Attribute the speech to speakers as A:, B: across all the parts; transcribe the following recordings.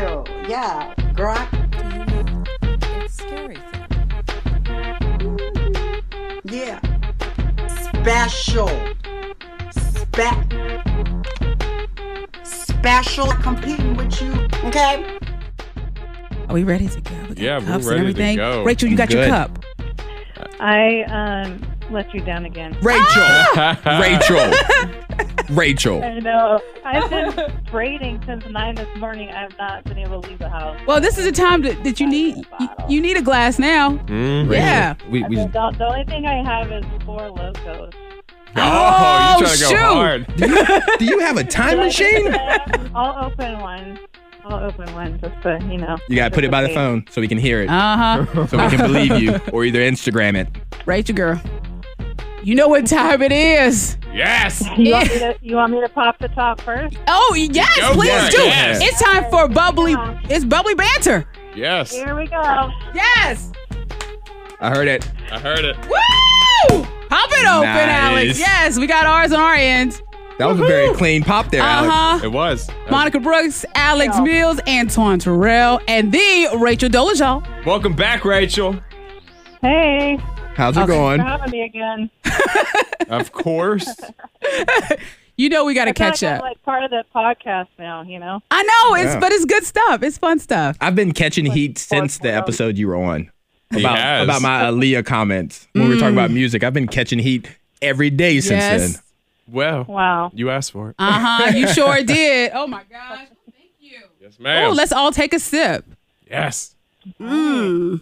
A: Yeah, girl.
B: Do you know that scary thing?
A: Yeah. Special. Spe- special competing with you. Okay?
B: Are we ready to go? We got
C: Yeah, we're
B: cups and
C: ready to
B: everything.
C: go.
B: Rachel, you got your
D: Good.
B: cup.
E: I um, let you down again.
D: Rachel, Rachel, Rachel.
E: I know. I've been braiding since nine this morning. I've not been able to leave the house.
B: Well, this is the time that, that you need you, you need a glass now.
C: Mm.
D: Rachel.
B: Yeah.
D: We,
E: I
D: we,
E: think the, the only thing I have is four locos.
C: Oh,
B: Oh,
C: you trying to go
B: shoot.
C: hard?
D: do you have a time machine?
E: I'll open one. I'll open one just to, you know.
D: You gotta put it by the
E: just
D: phone so we can hear it,
B: Uh huh.
D: so we can believe you, or either Instagram it.
B: Rachel, girl, you know what time it is.
C: Yes.
E: in case. You want, me to, you want me to pop the top first?
B: Oh yes,
C: Go
B: please
C: for it,
B: do.
C: yes.
B: It's time for bubbly. It's bubbly banter.
C: Yes.
E: Here we go.
B: Yes.
D: I heard it.
C: I heard it.
B: Woo! Pop it open,
D: Nice.
B: Alex. Yes, we got ours on our end.
D: That was a very clean pop there, Alex.
B: Uh huh.
C: It was.
B: Monica Brooks, Alex Mills, Antoine Terrell, and the Rachel Dolas, y'all.
C: Welcome back, Rachel.
E: Hey,
D: How's it
B: Okay.
D: going?
E: for having me again.
C: Of course.
B: You know we got to
E: I feel
B: catch
E: like I'm,
B: up.
E: like part of the podcast now, you know?
B: I know it's,
D: Yeah.
B: but it's good stuff. It's fun stuff.
D: I've been catching heat since the episode you were on
C: He
D: about
C: has.
D: about my Aaliyah comments when we were talking about music. I've been catching heat every day since
B: Mm. yes.
D: then.
C: Well,
E: Wow.
C: you asked for it.
B: Uh huh. You sure did. Oh my gosh. Thank you.
C: Yes,
B: Oh,
C: ma'am.
B: let's all take a sip.
C: yes.
B: Oh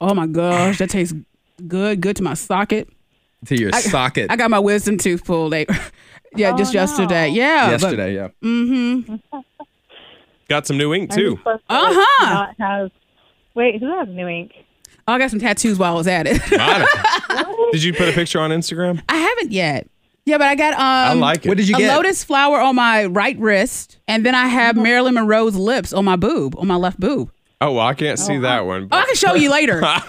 B: my gosh, that tastes good. Good to my socket.
D: To your socket
B: I got my wisdom tooth pulled. Like, yeah, just
E: Oh,
B: yesterday. Yeah.
D: yesterday, yeah.
B: mm,
C: Got some new ink too.
B: Uh huh.
E: Not have, wait, who has new ink?
B: Oh, I got some tattoos while I was at it.
C: Monica. Did you put a picture on Instagram?
B: I haven't yet. Yeah, but I got um
C: I like it.
D: What did you
B: a
D: get?
B: lotus flower on my right wrist, and then I
E: Mm-hmm.
B: have Marilyn Monroe's lips on my boob, on my left boob.
C: Oh, well, I can't see that one.
B: Oh, I
C: but-
B: can show you later.
C: All right.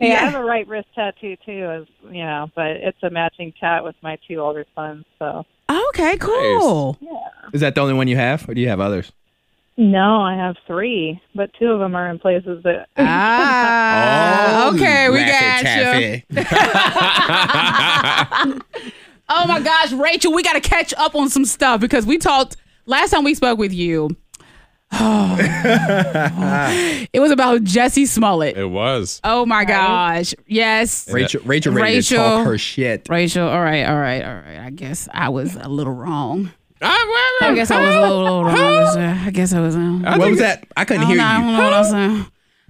E: Hey,
B: Yeah.
E: I have a right wrist tattoo too, as you know, but it's a matching tat with my two older sons. So
B: okay, cool.
D: Is that the only one you have, or do you have others?
E: no, I have three, but two of them are in places that
B: Uh, Ah,
D: Oh,
B: okay, we got you.
D: you.
B: Oh my gosh, Rachel, we got to catch up on some stuff because we talked last time we spoke with you. it was about Jesse Smollett.
C: It was.
B: Oh my gosh, yes,
D: Rachel, Rachel, ready
B: Rachel.
D: to talk her shit.
B: Rachel. All right, all right, all right. I guess I was a little wrong.
C: I
B: I guess I was a little, little wrong. I guess I was. Um, I,
D: What was that? I couldn't
B: don't
D: hear
B: know, I don't
D: you.
B: know what I was. Uh,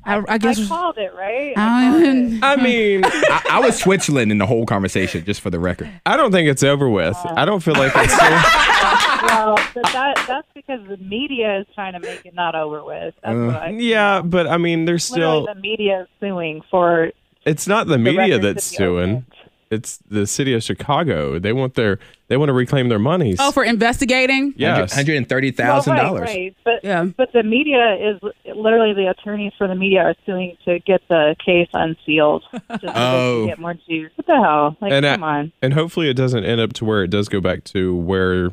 B: I, I
E: I
B: guess.
E: called it right.
B: I
E: I called
B: don't-
E: it.
C: I mean,
D: I, I was Switzerland in the whole conversation, just for the record.
C: I don't think it's over with. I don't feel like it's. so-
E: Well, but that that's because the media is trying to make it not over with. That's what I,
C: yeah, but I mean, there's
E: literally
C: still.
E: the media is suing for
C: It's not the
E: the
C: media
E: record to
C: that's
E: be opened.
C: doing. It's the city of Chicago. They want their. They want to reclaim their monies.
B: Oh, for investigating.
C: yes.
D: hundred and thirty
E: Well,
D: thousand
E: right,
D: dollars.
E: right. But
B: Yeah.
E: but the media is literally the attorneys for the media are suing to get the case unsealed. Just
D: Oh.
E: to get more juice. What the hell? Like,
C: And, uh,
E: come on.
C: And hopefully, it doesn't end up to where it does go back to where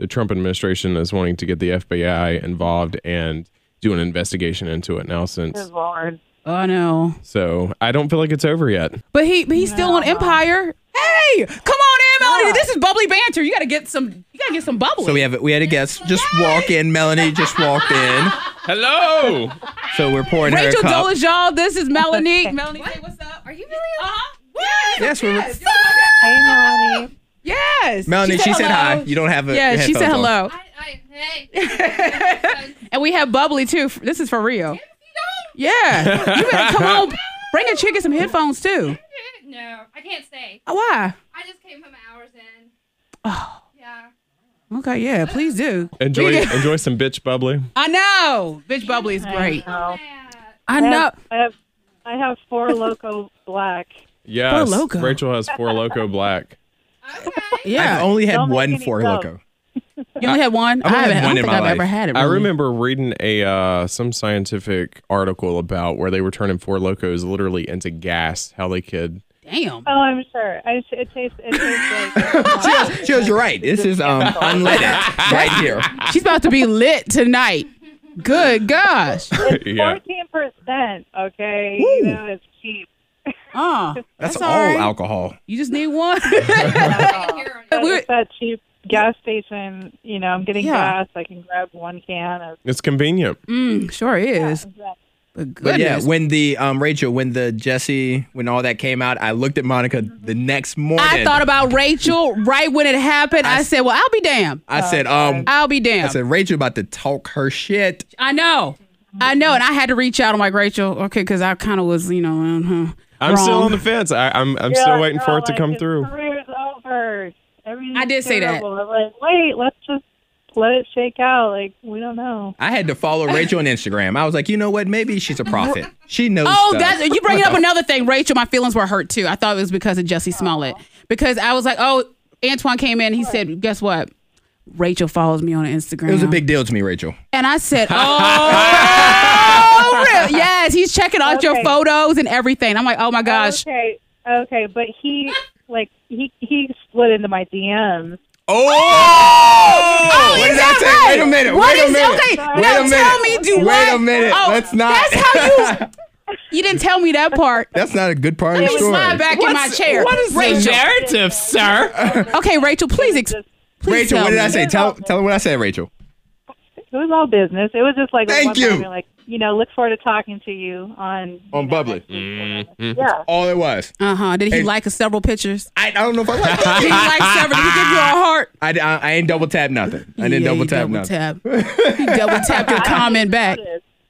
C: the Trump administration is wanting to get the FBI involved and do an investigation into it now.
E: Good
C: Since
E: lord.
B: Oh no.
C: so, I don't feel like it's over yet.
B: But he, but he's still on Empire. Hey, come on in, Melody. This is bubbly banter. You got to get some. You got to get some bubbly.
D: So we have we had a guest just walk in. Melanie just walked in.
C: Hello.
D: So we're pouring
B: Rachel
D: her a cup.
B: Dolas, y'all. This is Melanie. Melanie, say what's up? Are you really? Uh huh. Yes.
D: Yes, we're-
B: Yes. yes.
E: Hey, Melanie.
B: Yes.
D: Melanie, she said, hi. You don't have a
B: Yeah,
D: your
B: she said
D: headphones on.
B: hello.
F: I, I, hey.
B: And we have bubbly too. F- This is for real. Yeah. You better come on. Bring a chick and some headphones too.
F: no, I can't stay.
B: Oh, Why?
F: I just came from hours in. Oh. Yeah.
B: Okay, yeah, please do.
C: Enjoy. enjoy some bitch bubbly.
B: I know. Bitch bubbly is great.
E: Oh.
F: Bad.
B: I know.
E: I have I have four loco black.
C: Yes.
B: Four Loko.
C: Rachel has four loco black.
F: Okay.
D: I've
B: Yeah.
D: only had
E: Don't make
D: one
E: any
D: four
E: jokes.
D: loco.
B: You only had one?
D: I've only
B: haven't-
D: had one
B: I don't
D: in
B: think
D: my
B: I've
D: life.
B: ever had it.
C: I
B: really.
C: remember reading a uh, some scientific article about where they were turning four locos literally into gas, how they could
B: Damn.
E: Oh, I'm sure. I just, it tastes. It tastes like.
D: Chills, Chills, you're right. This is um unleaded right here.
B: She's about to be lit tonight. Good gosh.
C: yeah.
E: Fourteen percent. Okay,
D: Woo.
E: you know it's cheap.
B: Oh,
D: That's,
B: that's
D: all
B: all right.
D: alcohol.
B: You just need one.
F: Right here on
E: But
B: We're-
E: it's that cheap gas station. You know, I'm getting
B: Yeah.
E: gas. I can grab one can of.
C: It's convenient.
B: mm, sure is.
E: Exactly.
B: But goodness.
D: But yeah, when the um Rachel, when the Jesse, when all that came out, I looked at Monica the next morning.
B: I thought about Rachel right when it happened. I, said, "Well, I'll be damned.
D: I
E: Oh,
D: said, um,
B: I'll be damned."
D: I said Rachel about to talk her shit.
B: I know. I know, and I had to reach out. I'm like Rachel, okay, because I kind of was, you know, uh, huh,
C: I'm still
B: wrong.
C: on the fence. I, I'm I'm still waiting for it to come through.
E: Career's over. Everything's
B: I did say that.
E: terrible. I'm like, wait, let's just let it shake out. Like we don't know.
D: I had to follow Rachel on Instagram. I was like, you know what? Maybe she's a prophet. She knows.
B: Oh,
D: stuff.
B: that's you bringing up another thing, Rachel. My feelings were hurt too. I thought it was because of Jesse Smollett because I was like, oh, Antoine came in. He said, guess what? Rachel follows me on Instagram.
D: It was a big deal to me, Rachel.
B: and I said, oh, real- yes, he's checking out your
E: Okay.
B: photos and everything. I'm like, oh my gosh,
E: Okay, okay, but he like he he slid into my DMs.
D: Oh!
B: Oh,
D: What
B: is
D: did
B: that
D: I say?
B: right?
D: Wait a minute.
B: What
D: wait
B: is-
D: a minute.
B: okay,
D: Wait
B: now
D: a minute.
B: tell me, do
D: Wait
B: what?
D: a minute.
B: Oh,
D: Let's not.
B: that's how you didn't tell me that part.
D: That's not a good part of
B: Let
D: the
B: me
D: story.
B: slide back in my chair.
G: the
B: Rachel?
G: narrative, sir?
B: Okay, Rachel, please, ex- please
D: Rachel,
B: tell
D: what did
B: me.
D: I say? Tell tell her what I said, Rachel.
E: It was all business. It was just like
D: Thank
E: one
D: you.
E: moment, like you know, look forward to talking to you on you
D: On
E: know,
D: Bubbly.
E: next week or whatever.
B: Mm-hmm.
E: Yeah,
D: All it was.
B: Uh huh. Did he
D: Hey.
B: like several pictures?
D: I, I don't know if I like
B: Did he
D: that.
B: like several? Did he give you a heart?
D: I, I, I ain't double tap nothing. I didn't
B: Yeah,
D: double
B: you
D: tap
B: double
D: nothing.
B: tap. He double tapped your comment back.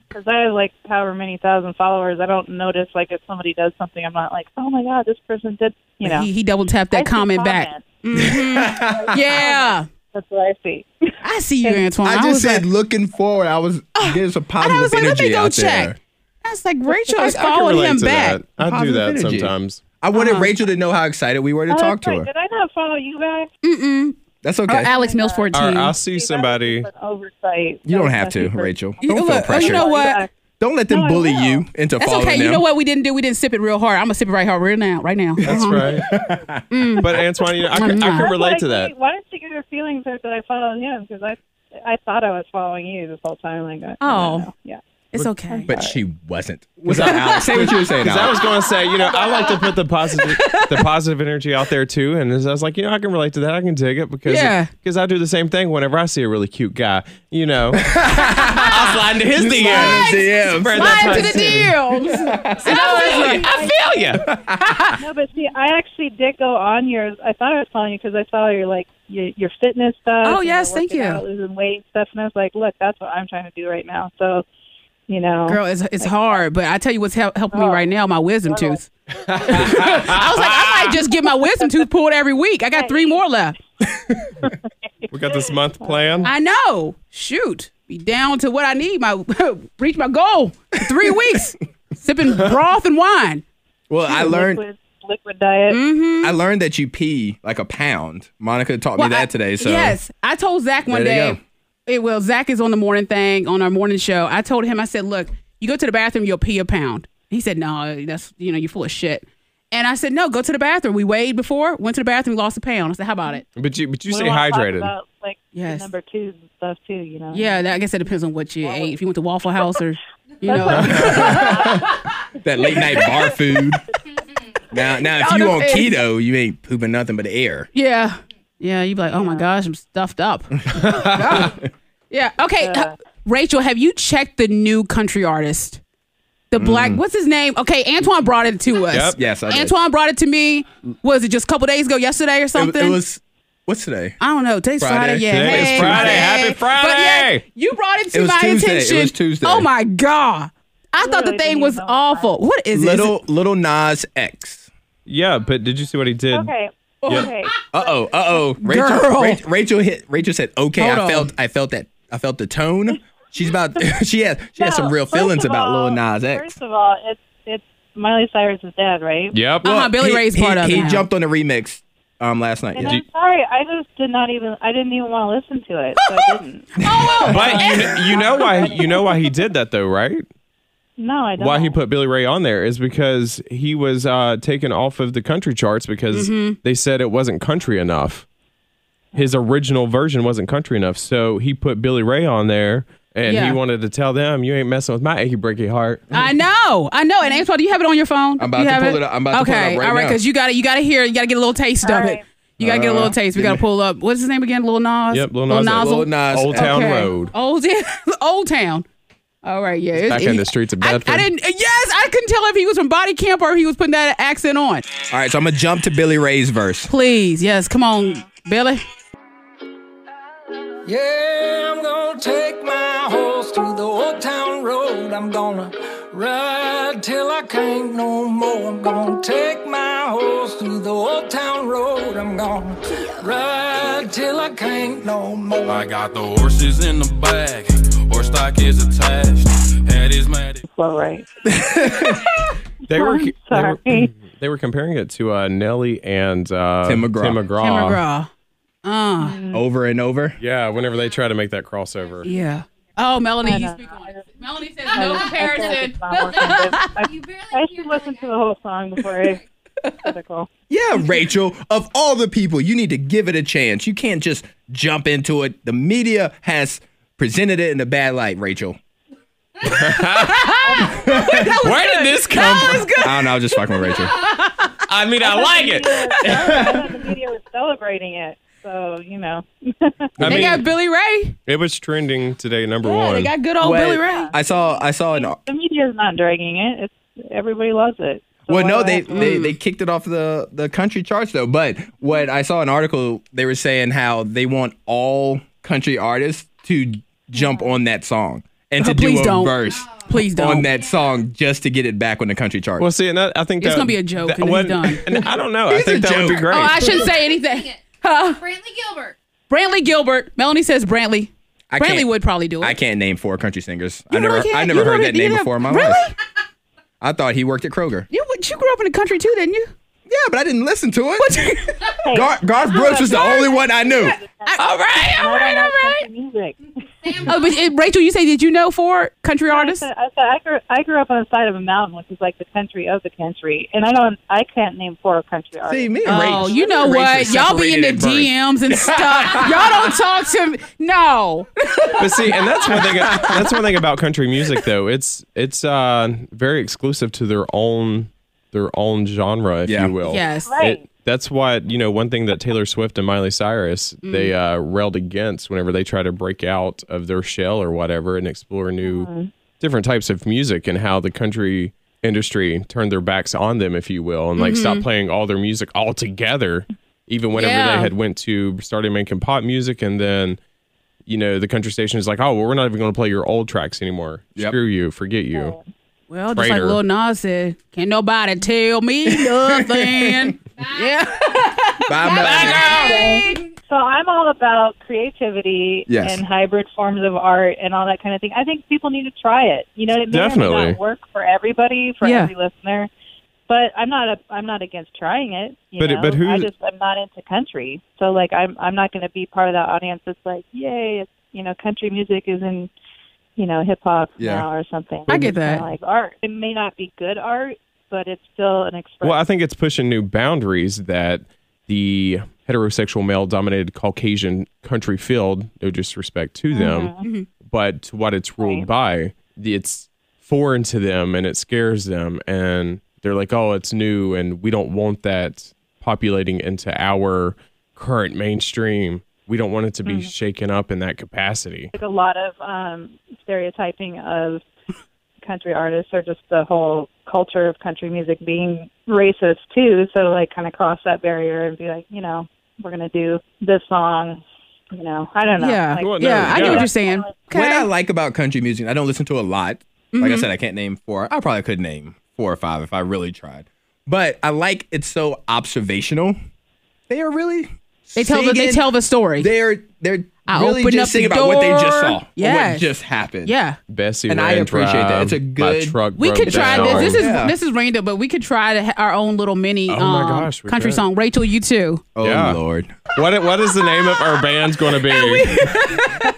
E: because I have like however many thousand followers. I don't notice like if somebody does something, I'm not like, oh my god, this person did. You know,
B: He, he double tapped
E: I
B: that
E: see
B: comment back.
E: comments.
B: Yeah,
E: That's what I see.
B: I see you, Antoine.
D: I
B: was
D: just said
B: like, "Ah,"
D: looking forward. I was there's a
B: and
D: positive
B: I was like, let
D: energy
B: me go
D: out
B: check.
D: there.
B: I was like, Rachel
C: I
B: is
C: can
B: following
C: relate
B: him
C: to
B: back.
C: that. I do
D: Positive
C: that
D: energy.
C: sometimes.
D: I wanted
B: Uh-huh.
D: Rachel to know how excited we were to
E: Oh,
D: talk
E: that's
D: to
E: right.
D: her.
E: Did I not follow you guys?
D: That's
B: Or
D: okay.
B: Oh, Alex Mills fourteen.
C: Or I see somebody.
E: An oversight.
D: you don't
E: That
D: have
E: was
D: to,
E: messy for-
D: Rachel.
B: You-
D: Don't feel
B: look, oh,
D: pressure.
B: you know what?
D: Don't let them
E: No, I
D: bully
E: will.
D: you into
B: That's
D: following
B: okay.
D: them.
B: You know what we didn't do? We didn't sip it real hard. I'm gonna sip it right hard, real now, right now.
C: That's right. But Antoine, you know, I can, I can
E: That's
C: relate
E: what
C: to
E: I
C: that.
E: think. Why didn't you get your feelings hurt that I followed him? Because I, I thought I was following you this whole time. Like, I- I don't
B: Oh.
E: know. yeah.
B: It's okay.
D: But she wasn't. Was that Alex? Say what you were saying,
C: Because I
D: Alex.
C: was going to say, you know, I like to put the positive, the positive energy out there too. And as I was like, you know, I can relate to that. I can dig it because
B: Yeah.
C: because I do the same thing whenever I see a really cute guy. You know, I slide into his
D: Yeah,
C: DMs.
D: DMs.
C: Spread that
B: Slide to
C: positive
B: the deals. And I was like,
G: I feel you.
E: No, but see, I actually did go on yours. I thought I was following you because I saw your like your, your fitness stuff.
B: Oh,
E: and
B: yes,
E: your working
B: thank you.
E: Out, losing weight and stuff, and I was like, look, that's what I'm trying to do right now. So, you know,
B: Girl, it's, it's hard, but I tell you what's hel- helping me right now, my wisdom tooth. I was like, I might just get my wisdom tooth pulled every week. I got three more left.
C: We got this month plan.
B: I know. Shoot. Be down to what I need. My reach my goal. in Three weeks. Sipping broth and wine.
D: Well, I learned
E: liquid, liquid diet.
B: Mm-hmm.
D: I learned that you pee like a pound. Monica taught
B: Well,
D: me that
B: I-
D: today. So
B: Yes. I told Zach one
D: There you
B: day. It well, Zach is on the morning thing on our morning show. I told him, I said, Look, you go to the bathroom, you'll pee a pound. He said, No, that's you know, you're full of shit. And I said, No, go to the bathroom. We weighed before, went to the bathroom, lost a pound. I said, How about it?
C: But you, but you
E: We
C: stay
E: don't wanna talk
C: hydrated.
E: About, like
B: Yes.
E: number two and stuff too. You know.
B: Yeah, that, I guess it depends on what you ate. If you went to Waffle House or you know
D: that late night bar food. Now, now, if
B: Y'all
D: you
B: the
D: on
B: best.
D: keto, you ain't pooping nothing but air.
B: Yeah. Yeah, you'd be like, oh my gosh, I'm stuffed up. yeah. Okay.
E: Yeah.
B: Rachel, have you checked the new country artist? The black, what's his name? Okay, Antoine brought it to us.
C: Yep.
D: Mm. Yes, I did.
B: Antoine brought it to me. Was it just a couple days ago, yesterday or
D: It,
B: something?
D: it was what's today?
B: I don't know. Today's Friday.
D: Friday.
B: Yeah.
C: Today is
B: Hey,
C: Friday.
B: hey.
C: Happy
B: But yeah,
C: Friday.
B: you brought it to
D: It was
B: my
D: Tuesday. It
B: attention.
D: was Tuesday.
B: Oh my God. I thought the
E: Literally
B: thing
E: didn't
B: was
E: even know.
B: awful. What is it? Is
D: Little Little Nas X.
C: Yeah, but did you see what he did?
E: Okay.
C: Yeah.
E: Okay.
D: Uh oh, uh oh. Rachel,
B: Girl.
D: Rachel, Rachel hit. Rachel said, "Okay,
B: Hold
D: I
B: on.
D: felt. I felt that. I felt the tone." She's about. she has. She has some
E: No,
D: real
E: first
D: feelings
E: of
D: about
E: all-
D: Little Nas X.
E: First of all, it's it's Miley Cyrus's dad, right?
C: Yep.
B: Uh-huh. Billy
D: he,
B: Ray's
D: he-
B: part of
D: He
B: it.
D: jumped on the remix um last night.
E: And
D: Yeah.
E: I'm sorry, I just did not even I didn't even want to listen to it. So I didn't.
B: Oh,
C: But you, you know why you know why he did that though, right?
E: No, I don't.
C: why he put Billy Ray on there is because he was uh, taken off of the country charts because they said it wasn't country enough. His original version wasn't country enough, so he put Billy Ray on there, and
B: Yeah.
C: he wanted to tell them, "You ain't messing with my achy breaky heart."
B: I know, I know. And Antoine, do you have it on your phone?
D: I'm about
B: You
D: to
B: have
D: pull it up. I'm about to
B: okay.
D: pull it up right
B: all right,
D: now.
B: because you got to You got to hear. it. You got to get a little taste
E: All
B: of
E: right.
B: it. You got to get a little taste. We got to pull up. What's his name again? Lil Nas.
C: Yep, Lil Nas.
B: Nozzle?
D: Lil Nas.
C: Old Town Road.
B: Old Old Town. All right, yeah. It's-
C: back in the streets of
B: I- I,
C: Bedford.
B: didn't. Yes, I couldn't tell if he was from Body Camp or if he was putting that accent on.
D: All right, so I'm gonna jump to Billy Ray's verse.
B: Please, yes, come on, Billy.
H: Yeah, I'm gonna take my horse through the old town road. I'm gonna ride till I can't no more. I'm gonna take my horse through the old town road. I'm gonna ride till I can't no more. I got the horses in the back, horse stock is attached. Head is mad.
E: Flow right.
C: They were,
E: I'm
C: they were
E: sorry.
C: they were comparing it to uh, Nelly and uh,
D: Tim McGraw.
C: Tim
B: Tim
C: McGraw.
B: McGraw. Uh,
E: Mm.
D: Over and over.
C: Yeah, whenever they try to make that crossover,
B: yeah. Oh, Melanie,
E: I
B: you
E: know.
B: speak on it. Melanie says no
E: I think
B: comparison.
E: it's not working, but I,
F: You barely
E: I
F: hear
E: should listen to the whole song before I critical.
D: Yeah, Rachel, of all the people, you need to give it a chance. You can't just jump into it. The media has presented it in a bad light, Rachel.
C: where did this come?
E: Oh,
C: from?
D: I don't know, I was just fucking with Rachel.
C: I mean, I like it.
E: I thought the media was celebrating it, so you know.
C: I
B: They got
C: mean,
B: Billy Ray.
C: it was trending today, number
B: Yeah,
C: one.
B: they got
E: Oh,
B: good old
D: Well,
B: Billy Ray.
D: I saw I saw an
E: the media's not dragging it. It's everybody loves it. So
D: Well,
E: why
D: no,
E: do I
D: they,
E: have to-
D: they
B: Mm.
D: they kicked it off the the country charts though. But what I saw an article, they were saying how they want all country artists to jump on that song and to
B: Oh, please
D: do a
B: don't.
D: verse
B: Please don't.
D: on that song just to get it back on the country chart.
C: Well, see, and that, I think
B: It's
C: that-
B: gonna be a joke,
C: that
B: and he's
C: wasn't-
B: done.
C: and I don't know. I
D: He's
C: think
D: a
C: that would be
D: joke.
C: great.
B: Oh, I shouldn't say anything.
F: Brantley Gilbert.
B: Brantley Gilbert. Melanie says Brantley.
D: I can't-
B: Brantley would probably do it.
D: I can't name four country singers. I
B: You
D: never
B: really
D: I
B: can't?
D: never
B: You
D: heard
B: really-
D: that
B: you
D: name
B: never-
D: before in my
B: Really?
D: life. I thought he worked at Kroger.
B: You you grew up in the country too, didn't you?
D: Yeah, but I didn't listen to it. Gar- Garth
B: Oh.
D: Brooks was the only one I knew.
B: all right, all
E: I
B: right, all
E: don't like
B: right.
E: country music.
B: Oh, but uh, Rachel, you say did you know four country
E: I
B: artists?
E: said, I, said, I, grew, I grew up on the side of a mountain, which is like the country of the country, and I don't, I can't name four country artists.
D: See, me and Rach.
B: Oh, you know
D: Rach were
B: what? Y'all be in
D: separated
B: the
D: at birth.
B: DMs and stuff. Y'all don't talk to me. No.
C: but see, and that's one thing. That's one thing about country music, though. It's it's uh, very exclusive to their own their own genre, if
D: Yeah.
C: you will.
B: Yes.
E: Right.
C: It, that's why you know one thing that Taylor Swift and Miley Cyrus
B: Mm.
C: they uh, railed against whenever they try to break out of their shell or whatever and explore new different types of music and how the country industry turned their backs on them, if you will, and like stopped playing all their music altogether. Even whenever
B: Yeah.
C: they had went to started making pop music and then you know the country station is like, oh, well, we're not even going to play your old tracks anymore.
D: Yep.
C: Screw you, forget you.
B: Well, just like
C: Traitor.
B: Lil Nas said, can't nobody tell me nothing. yeah.
D: Bye, Melanie.
E: So I'm all about creativity
D: Yes.
E: and hybrid forms of art and all that kind of thing. I think people need to try it. You know, it may or may
C: Definitely.
E: not work for everybody, for
B: Yeah.
E: every listener, but I'm not a, I'm not against trying it. You
C: But-
E: know?
C: but who-
E: I just I'm not into country, so like I'm I'm not going to be part of that audience that's like, yay, it's, you know, country music is in you know hip hop
D: Yeah.
E: now or something.
B: I get
E: It's kinda
B: that.
E: Like art, it may not be good art, but it's still an expression.
C: Well, I think it's pushing new boundaries that the heterosexual male dominated Caucasian country field, no disrespect to them,
B: Mm-hmm.
C: but to what it's ruled by, it's foreign to them and it scares them. And they're like, oh, it's new and we don't want that populating into our current mainstream. We don't want it to be
B: Mm-hmm.
C: shaken up in that capacity.
E: like a lot of um, stereotyping of country artists or just the whole culture of country music being racist too. So like kind of cross that barrier and be like, you know, we're gonna do this song. You know, I don't know.
B: Yeah.
E: Like,
C: Well, no,
B: yeah, I get
C: yeah.
B: what you're saying.
D: What I
B: Okay. Mm-hmm.
D: like about country music, I don't listen to a lot. Like I said, I can't name four. I probably could name four or five if I really tried. But I like it's so observational. They are really
B: They tell the, they
D: singing-
B: tell the story.
D: they're they're
B: I
D: really
B: opened
D: just
B: up the
D: singing about what they just saw,
B: door.
D: or
B: Yes.
D: what just happened.
B: yeah.
C: Bessie
D: And I
C: ran
D: appreciate that.
C: dry,
D: It's a
C: my
D: good-
C: truck
B: We
C: broke
B: could try
C: down.
B: this. This is
D: Yeah.
B: this is random, but we could try to ha- our own little mini
C: my
B: um,
C: gosh, we
B: country
C: could.
B: song. Rachel, you too.
D: Oh
C: Yeah.
D: Lord.
C: what what is the name of our band's going to be?
B: the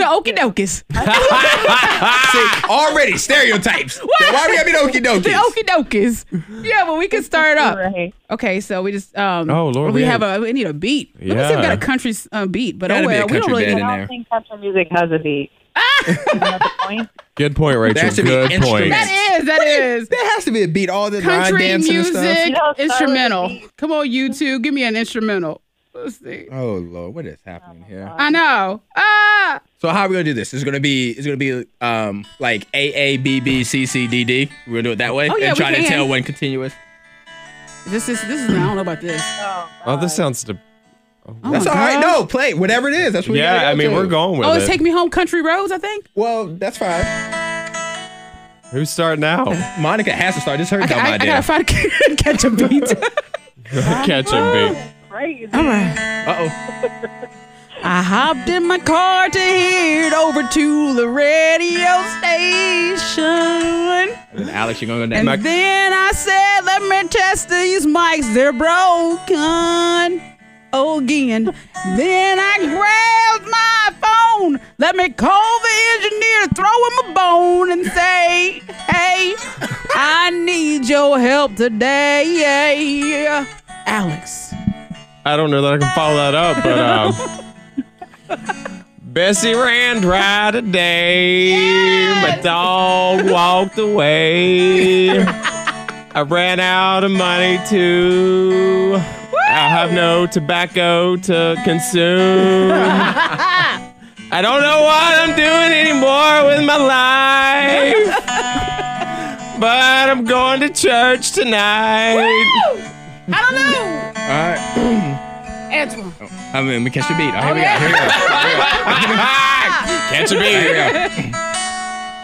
B: okie dokies.
C: Ah!
D: See, already stereotypes. Why we having okie
B: The
D: dokie?
B: okie dokies. Yeah, but we can start it up.
E: Right.
B: Okay, so we just um.
C: Oh, Lord,
B: we,
C: we
B: have
C: had-
B: a we need a beat. Let me see if we got
C: Yeah.
B: a country uh, beat, but
D: Gotta
B: oh
D: be a
B: well, we don't
D: country
B: really.
D: band
E: I
D: in
E: don't
D: there.
E: think country music has a beat. Isn't that the point?
C: Good point, Rachel.
D: There has to be
C: Good point.
D: instruments.
B: That is that is
D: There has to be a beat. All the line
B: country
D: dancing and stuff.
B: music
E: No, it's not
B: instrumental.
E: really beat.
B: Come on, you two, give me an instrumental. Let's see.
D: Oh lord, what is happening here?
B: I know. Ah,
D: So how are we gonna do this? It's gonna be it's gonna be um like A A B B C C D D. We're gonna do it that way
B: Oh, yeah,
D: and try
B: we
D: to
B: can.
D: tell one continuous.
B: this is this is. I don't know about this.
E: Oh,
C: Oh, this
E: God.
C: sounds. De-
B: Oh
D: That's
B: my
D: all right.
B: gosh.
D: No, play whatever it is. That's what. we gotta
C: yeah,
D: go
C: I mean,
D: to.
C: we're going with
B: Oh,
C: it.
B: it's Take Me Home Country Roads, I think.
D: Well, that's fine.
C: Who's starting out?
D: Monica has to start. This is her
B: I,
D: dumb
B: I, I
D: idea.
B: gotta find a catch a beat.
C: Catch him, B.
E: Crazy.
B: All right.
D: Uh
B: I hopped in my car to head over to the radio station.
D: oh. Alex, you're gonna go
B: And
D: next.
B: then I said, let me test these mics. They're broken again. Then I grabbed my phone. Let me call the engineer, throw him a bone, and say, hey, I need your help today. Alex.
C: I don't know that I can follow that up, but um, Bessie ran dry today. My dog walked away. I ran out of money too. I have no tobacco to consume. I don't know what I'm doing anymore with my life. But I'm going to church tonight.
B: I don't know.
D: All right.
B: Antoine.
D: I mean, we catch the beat. Oh, here we go. Here we go.
C: Catch a beat.
D: Here we go.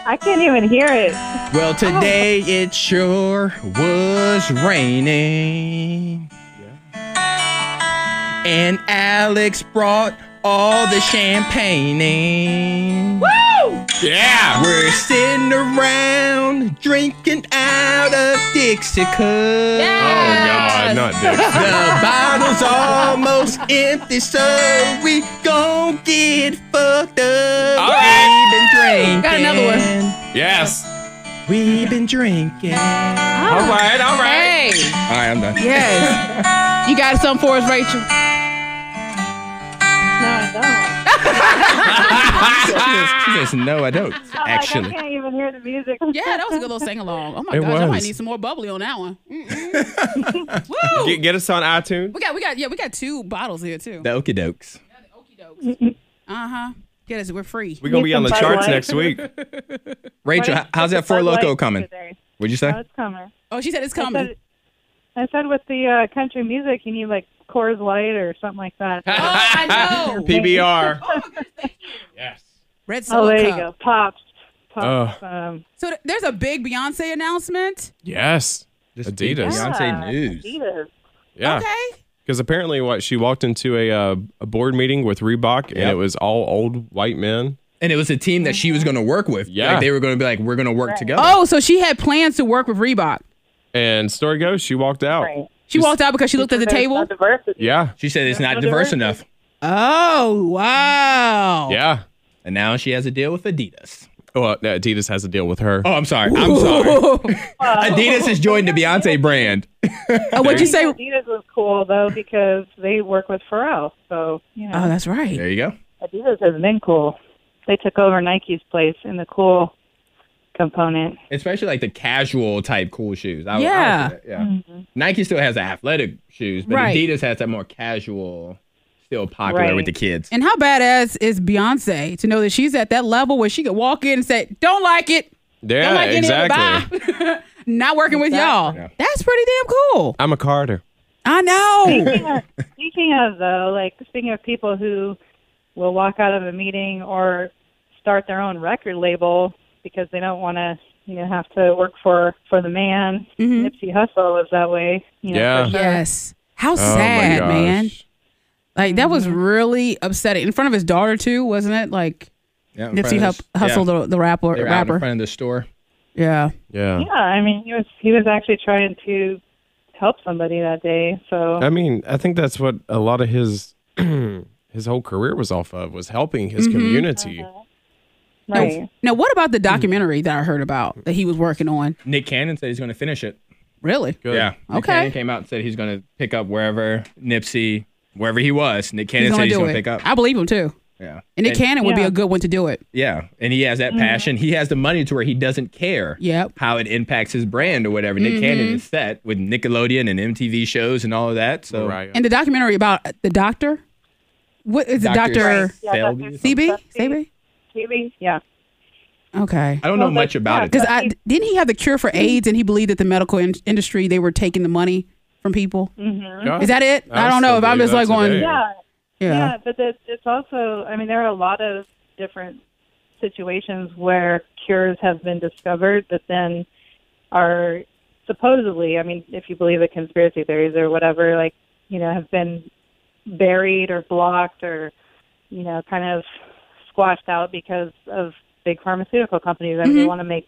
E: I can't even hear it.
B: Oh.
D: Well, today it sure was raining. And Alex brought all the champagne in.
C: Yeah.
D: We're sitting around drinking out of Dixie cups.
C: Oh, God, not Dick.
D: The bottle's almost empty, so we gon' get fucked up.
C: All right.
D: We've been drinking.
B: Got another
D: one.
C: yes.
D: We've been drinking. All
B: Oh.
C: All right, all right.
D: right, I'm done.
B: yes. You got something for us, Rachel?
E: No, I don't.
D: she goes, she goes, no, I don't.
E: I'm
D: Actually,
E: Like, I can't even hear the music.
B: Yeah, that was a good little sing along. Oh my
C: It
B: gosh, I might
C: was.
B: need some more bubbly on that one. Mm-mm. Woo!
C: Get, get us on iTunes.
B: we got, we got, yeah, we got two bottles here too.
D: the okie dokes.
B: Uh huh. Get us, we're free.
C: We're going to be on the
E: Bud
C: charts
E: Light.
C: next week.
D: Rachel,
E: What
D: h-
E: is-
D: how's that
E: what's
D: Four
E: Bud
D: Loco
E: Light
D: coming?
E: today?
D: What'd you
E: Oh,
D: say?
E: it's coming.
B: Oh, she said it's
E: I
B: coming.
E: said, I said with the uh, country music, you need like Coors Light or something like that.
B: Oh, I know.
C: PBR.
B: Red
E: oh,
B: Solo
E: there you
B: Cup.
E: go. Pops. Pops. um,
B: So th- there's a big Beyonce announcement.
C: Yes.
D: Just
C: Adidas.
D: Beyonce
E: yeah,
D: news.
E: Adidas.
C: Yeah.
B: Okay.
C: Because apparently, what she walked into a, uh, a board meeting with Reebok, and
D: Yep.
C: it was all old white men.
D: And it was a team that she was going to work with.
C: Yeah.
D: Like, they were going to be like, we're going to work together.
B: Oh, so she had plans to work with Reebok.
C: And story goes, she walked out.
E: Right.
B: She walked out because she looked at the
E: There's no
B: table.
E: diversity.
C: Yeah.
D: She said it's not
E: no
D: diverse
E: diversity.
D: enough.
B: Oh,
D: Oh.
B: wow.
C: Yeah.
D: And now she has a deal with Adidas.
C: Well, no, Adidas has a deal with her.
D: Oh, I'm sorry. I'm sorry. Adidas has joined the Beyonce brand.
B: Oh, what'd you say? Oh,
E: Adidas was cool though because they work with Pharrell, so you know
B: Oh, that's right.
D: There you go.
E: Adidas has been cool. They took over Nike's place in the cool component.
D: Especially like the casual type cool shoes. I, would- I would
B: Yeah. Mm-hmm.
D: say that, yeah. Nike still has the athletic shoes, but
B: Right.
D: Adidas has that more casual, still popular
E: Right.
D: with the kids.
B: And how badass is Beyonce to know that she's at that level where she could walk in and say, "Don't like it,
C: Yeah,
B: don't like
C: exactly.
B: it, bye." Not working with y'all.
D: Yeah.
B: That's pretty damn cool.
C: I'm a Carter.
B: I know.
E: Speaking of- speaking of though, like speaking of people who will walk out of a meeting or start their own record label because they don't want to, you know, have to work for for the man. Nipsey Hussle was that way. You know,
C: Yeah.
E: for sure.
B: yes. How
C: Oh, my
B: sad,
C: gosh.
B: man. Like that was really upsetting in front of his daughter too, wasn't it? Like
D: Yeah, in front
B: Nipsey
D: of
B: Hup-
D: this-
B: Hustle,
D: yeah.
B: the, the rapper.
D: They were out in
B: Rapper.
D: front of the store.
B: Yeah.
C: Yeah.
E: Yeah, I mean, he was he was actually trying to help somebody that day. So
C: I mean, I think that's what a lot of his his whole career was off of was helping
B: Mm-hmm.
C: his community.
B: Now, now, what about the documentary that I heard about that he was working on?
D: Nick Cannon said he's going to finish it.
B: Really?
C: Good.
D: Yeah. Nick
B: Okay.
D: Cannon came out and said he's going to pick up wherever Nipsey, wherever he was. Nick Cannon
B: He's
D: said
B: gonna
D: he's
B: do
D: going to
B: it.
D: pick up.
B: I believe him too.
D: yeah.
B: And Nick Cannon Mm. would be a good one to do it.
D: Yeah, and he has that passion. He has the money to where he doesn't care
B: Yep.
D: how it impacts his brand or whatever. Nick Cannon
B: Mm-hmm.
D: is set with Nickelodeon and MTV shows and all of that. So
C: Right.
B: And the documentary about the doctor. What is it,
D: Dr.
B: Doctor
E: Yeah,
D: Selby?
E: Dr.
B: CB?
E: Selby.
B: CB?
E: CB, yeah.
B: Okay.
D: I don't
E: Well,
D: know much
E: that's-
D: about
E: yeah,
D: it.
B: Because I didn't he have the cure for AIDS, and he believed that the medical in- industry they were taking the money from people.
C: Yeah.
B: Is that it? I, don't
C: still
B: know if I'm just
C: believe that
B: like going.
C: today.
B: Yeah.
E: Yeah. Yeah, but it's, it's also, I mean, there are a lot of different situations where cures have been discovered that then are supposedly, I mean, if you believe the conspiracy theories or whatever, like, you know, have been buried or blocked or, you know, kind of squashed out because of big pharmaceutical companies. I mean, they want to make,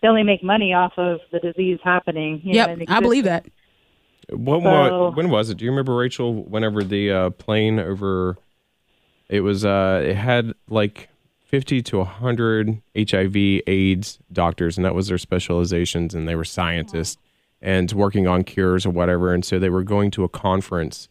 E: they only make money off of the disease happening. You know,
B: Yep.
E: and
B: I believe that.
C: When,
E: So-
C: wa- when was it? Do you remember Rachel? Whenever the uh, plane over, it was uh, it had like fifty to hundred HIV AIDS doctors, and that was their specializations, and they were scientists and working on cures or whatever. And so they were going to a conference,